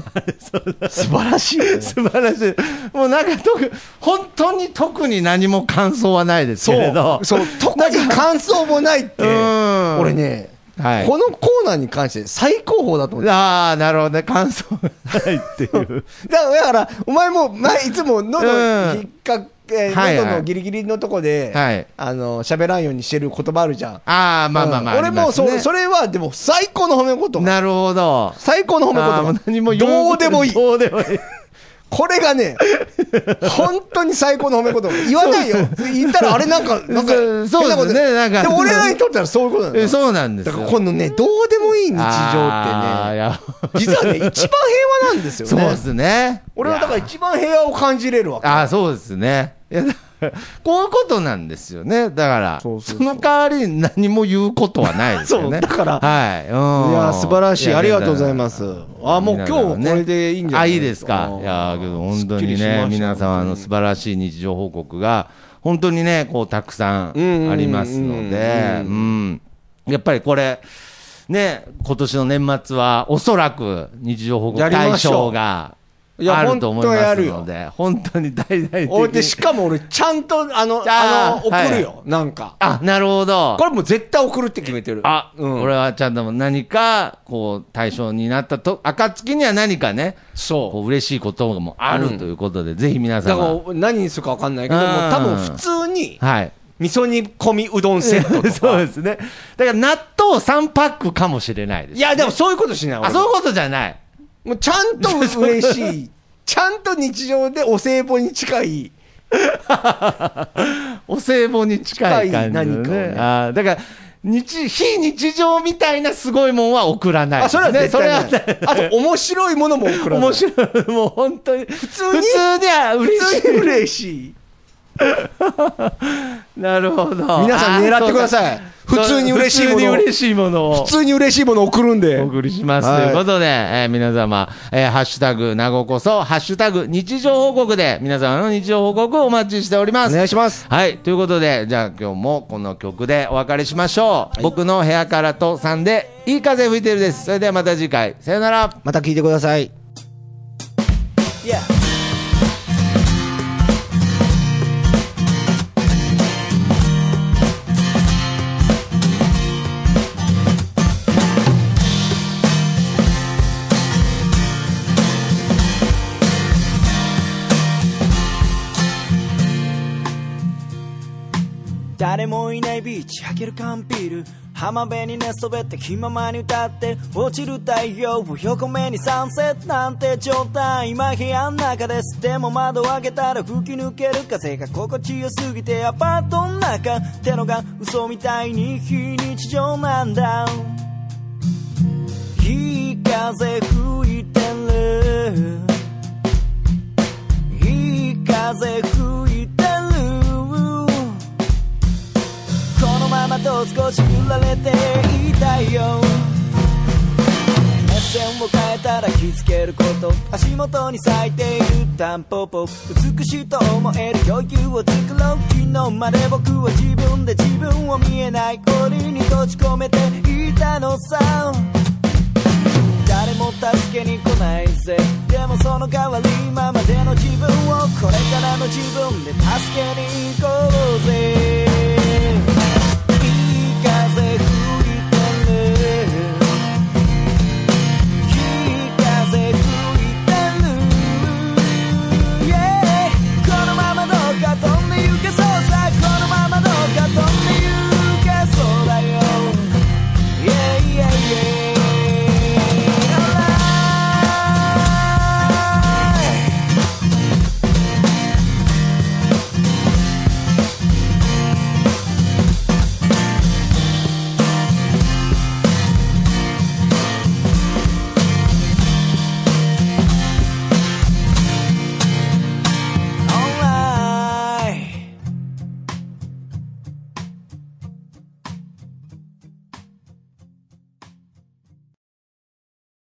[SPEAKER 1] 素晴らしいよね。
[SPEAKER 2] 素晴らしい。 [LAUGHS] もうなんか特、本当に特に何も感想はないですけれど。
[SPEAKER 1] そう、特に感想もないって、
[SPEAKER 2] うん
[SPEAKER 1] 俺ね、
[SPEAKER 2] はい
[SPEAKER 1] このコーナーに関して最高峰だと思う。
[SPEAKER 2] ああ、なるほどね。感想 [LAUGHS] がないっていう。
[SPEAKER 1] だだから、お前も、前いつも喉
[SPEAKER 2] うん
[SPEAKER 1] 引っかけ、
[SPEAKER 2] はいはい
[SPEAKER 1] 喉のギリギリのとこで、
[SPEAKER 2] はい
[SPEAKER 1] あの、喋らんようにしてる言葉あるじゃん。
[SPEAKER 2] ああ、まあまあまあ。
[SPEAKER 1] うん俺もそ、
[SPEAKER 2] あります
[SPEAKER 1] それはでも最高の褒め言
[SPEAKER 2] ね、
[SPEAKER 1] 葉。
[SPEAKER 2] なるほど。
[SPEAKER 1] 最高の褒め言
[SPEAKER 2] あーもう
[SPEAKER 1] 葉。
[SPEAKER 2] 何も言
[SPEAKER 1] ど
[SPEAKER 2] こ
[SPEAKER 1] う
[SPEAKER 2] と
[SPEAKER 1] でもいい。
[SPEAKER 2] どうでもいい。
[SPEAKER 1] これが
[SPEAKER 2] [LAUGHS]
[SPEAKER 1] ね、本当に最高の褒め言葉。言わないよ。言ったらあれなん
[SPEAKER 2] [LAUGHS]
[SPEAKER 1] か、なんか、
[SPEAKER 2] そうそう
[SPEAKER 1] 変なこと
[SPEAKER 2] ですねなんか
[SPEAKER 1] でも俺らにとってはそういうことなんだ
[SPEAKER 2] え
[SPEAKER 1] よ。
[SPEAKER 2] そうなんです
[SPEAKER 1] だ
[SPEAKER 2] よ。
[SPEAKER 1] からこのね、どうでもいい日常
[SPEAKER 2] あー
[SPEAKER 1] っ
[SPEAKER 2] いや
[SPEAKER 1] てね、実はね、一番平和なんですよ
[SPEAKER 2] そう
[SPEAKER 1] ね。
[SPEAKER 2] ですね。
[SPEAKER 1] 俺はだから一番平和を感じれるわけ。
[SPEAKER 2] ああ、そうですね。いやだからこういうことなんですよね。だから、
[SPEAKER 1] そ
[SPEAKER 2] そ
[SPEAKER 1] そ
[SPEAKER 2] う
[SPEAKER 1] うそう
[SPEAKER 2] の代わりに何も言うことはないですよ
[SPEAKER 1] [LAUGHS] そ
[SPEAKER 2] ね。
[SPEAKER 1] うだから
[SPEAKER 2] はい。うん、。
[SPEAKER 1] いやー、素晴らしい。ありがとうございますす。あー、もう今日これでいいんじゃない
[SPEAKER 2] あ、いいですか。いやーけど本当にね、皆様の素
[SPEAKER 1] 晴
[SPEAKER 2] 晴らしい日常報告が、本当にね、こう、たくさんあります
[SPEAKER 1] うんうんうん
[SPEAKER 2] ので、
[SPEAKER 1] う
[SPEAKER 2] うん。やっぱりこれ、ね、今年の年末は、おそらく日常報告
[SPEAKER 1] やり
[SPEAKER 2] 大
[SPEAKER 1] ましょ
[SPEAKER 2] 賞
[SPEAKER 1] う
[SPEAKER 2] が、
[SPEAKER 1] いや
[SPEAKER 2] あると思い
[SPEAKER 1] 本当
[SPEAKER 2] ま
[SPEAKER 1] や
[SPEAKER 2] す
[SPEAKER 1] る
[SPEAKER 2] の
[SPEAKER 1] よ
[SPEAKER 2] で、本当に大々的
[SPEAKER 1] 俺って
[SPEAKER 2] に
[SPEAKER 1] し。かも俺、ちゃんと、あの、
[SPEAKER 2] あ
[SPEAKER 1] あ
[SPEAKER 2] ー
[SPEAKER 1] の、送るよ。なんか。
[SPEAKER 2] あ、なるほど。
[SPEAKER 1] これもう絶対送るって決めてる。
[SPEAKER 2] あ、
[SPEAKER 1] うん。
[SPEAKER 2] 俺はちゃんと何か、こう、対象になったと、暁には何かね、こ
[SPEAKER 1] そう
[SPEAKER 2] 嬉しいこともあるということで、ぜひ皆
[SPEAKER 1] う。だか
[SPEAKER 2] 様、
[SPEAKER 1] ら、何にするかわかんないけど、
[SPEAKER 2] うん
[SPEAKER 1] もう多分普通に、
[SPEAKER 2] はい。
[SPEAKER 1] 味噌煮込みうどんセット [LAUGHS] とか。
[SPEAKER 2] [LAUGHS] そうですね。だから納豆3パックかもしれないです。
[SPEAKER 1] いや、でもそういうことしない。
[SPEAKER 2] あ、
[SPEAKER 1] 俺
[SPEAKER 2] そういうことじゃない。
[SPEAKER 1] もうちゃんと嬉しい。 [LAUGHS] ちゃんと日常でお歳暮に近い。
[SPEAKER 2] お歳暮に近い感じの、
[SPEAKER 1] 近
[SPEAKER 2] ね。
[SPEAKER 1] い何かをね
[SPEAKER 2] あーだから、日、非日常みたいなすごいもんは送らない、
[SPEAKER 1] あ、それは絶対
[SPEAKER 2] ねそれは
[SPEAKER 1] ない。あと、面白いものも送らない。
[SPEAKER 2] 面白い。もう本当に。普
[SPEAKER 1] 通に
[SPEAKER 2] には嬉し
[SPEAKER 1] 普
[SPEAKER 2] い
[SPEAKER 1] 通。に嬉しい。
[SPEAKER 2] なるほど。
[SPEAKER 1] 皆さん狙ってくだ
[SPEAKER 2] い。
[SPEAKER 1] さい。
[SPEAKER 2] そう
[SPEAKER 1] 普通に嬉しいも
[SPEAKER 2] 普通に
[SPEAKER 1] のを。
[SPEAKER 2] 嬉しいものを
[SPEAKER 1] 普。通に嬉しいものを送るんで
[SPEAKER 2] お。送りします。
[SPEAKER 1] はい
[SPEAKER 2] ということで、えー皆様、えーハッシュタグ、なごこそ、ハッシュタグ、日常報告で、皆様の日常報告をお待ちしておりま
[SPEAKER 1] お
[SPEAKER 2] す。
[SPEAKER 1] 願いします。
[SPEAKER 2] はい。ということで、じゃあ今日もこの曲でお別れしましょう。僕の部屋からとさんで、いい風吹いてるです。それではまた次回、さよなら。
[SPEAKER 1] また聞いてください。
[SPEAKER 4] 誰もいないビーチ開ける缶ビール浜辺に寝そべって気ままに歌って落ちる太陽を横目にサンセットなんて状態今部屋の中ですでも窓を開けたら吹き抜ける風が心地よすぎてアパートの中ってのが嘘みたいに非日常なんだいい風吹いてるいい風吹いてるこのままと少し揺られていたいよ目線を変えたら気づけること足元に咲いているタンポポ美しいと思える余裕を作ろう昨日まで僕は自分で自分を見えない檻に閉じ込めていたのさ誰も助けに来ないぜでもその代わり今までの自分をこれからの自分で助けに行こうぜ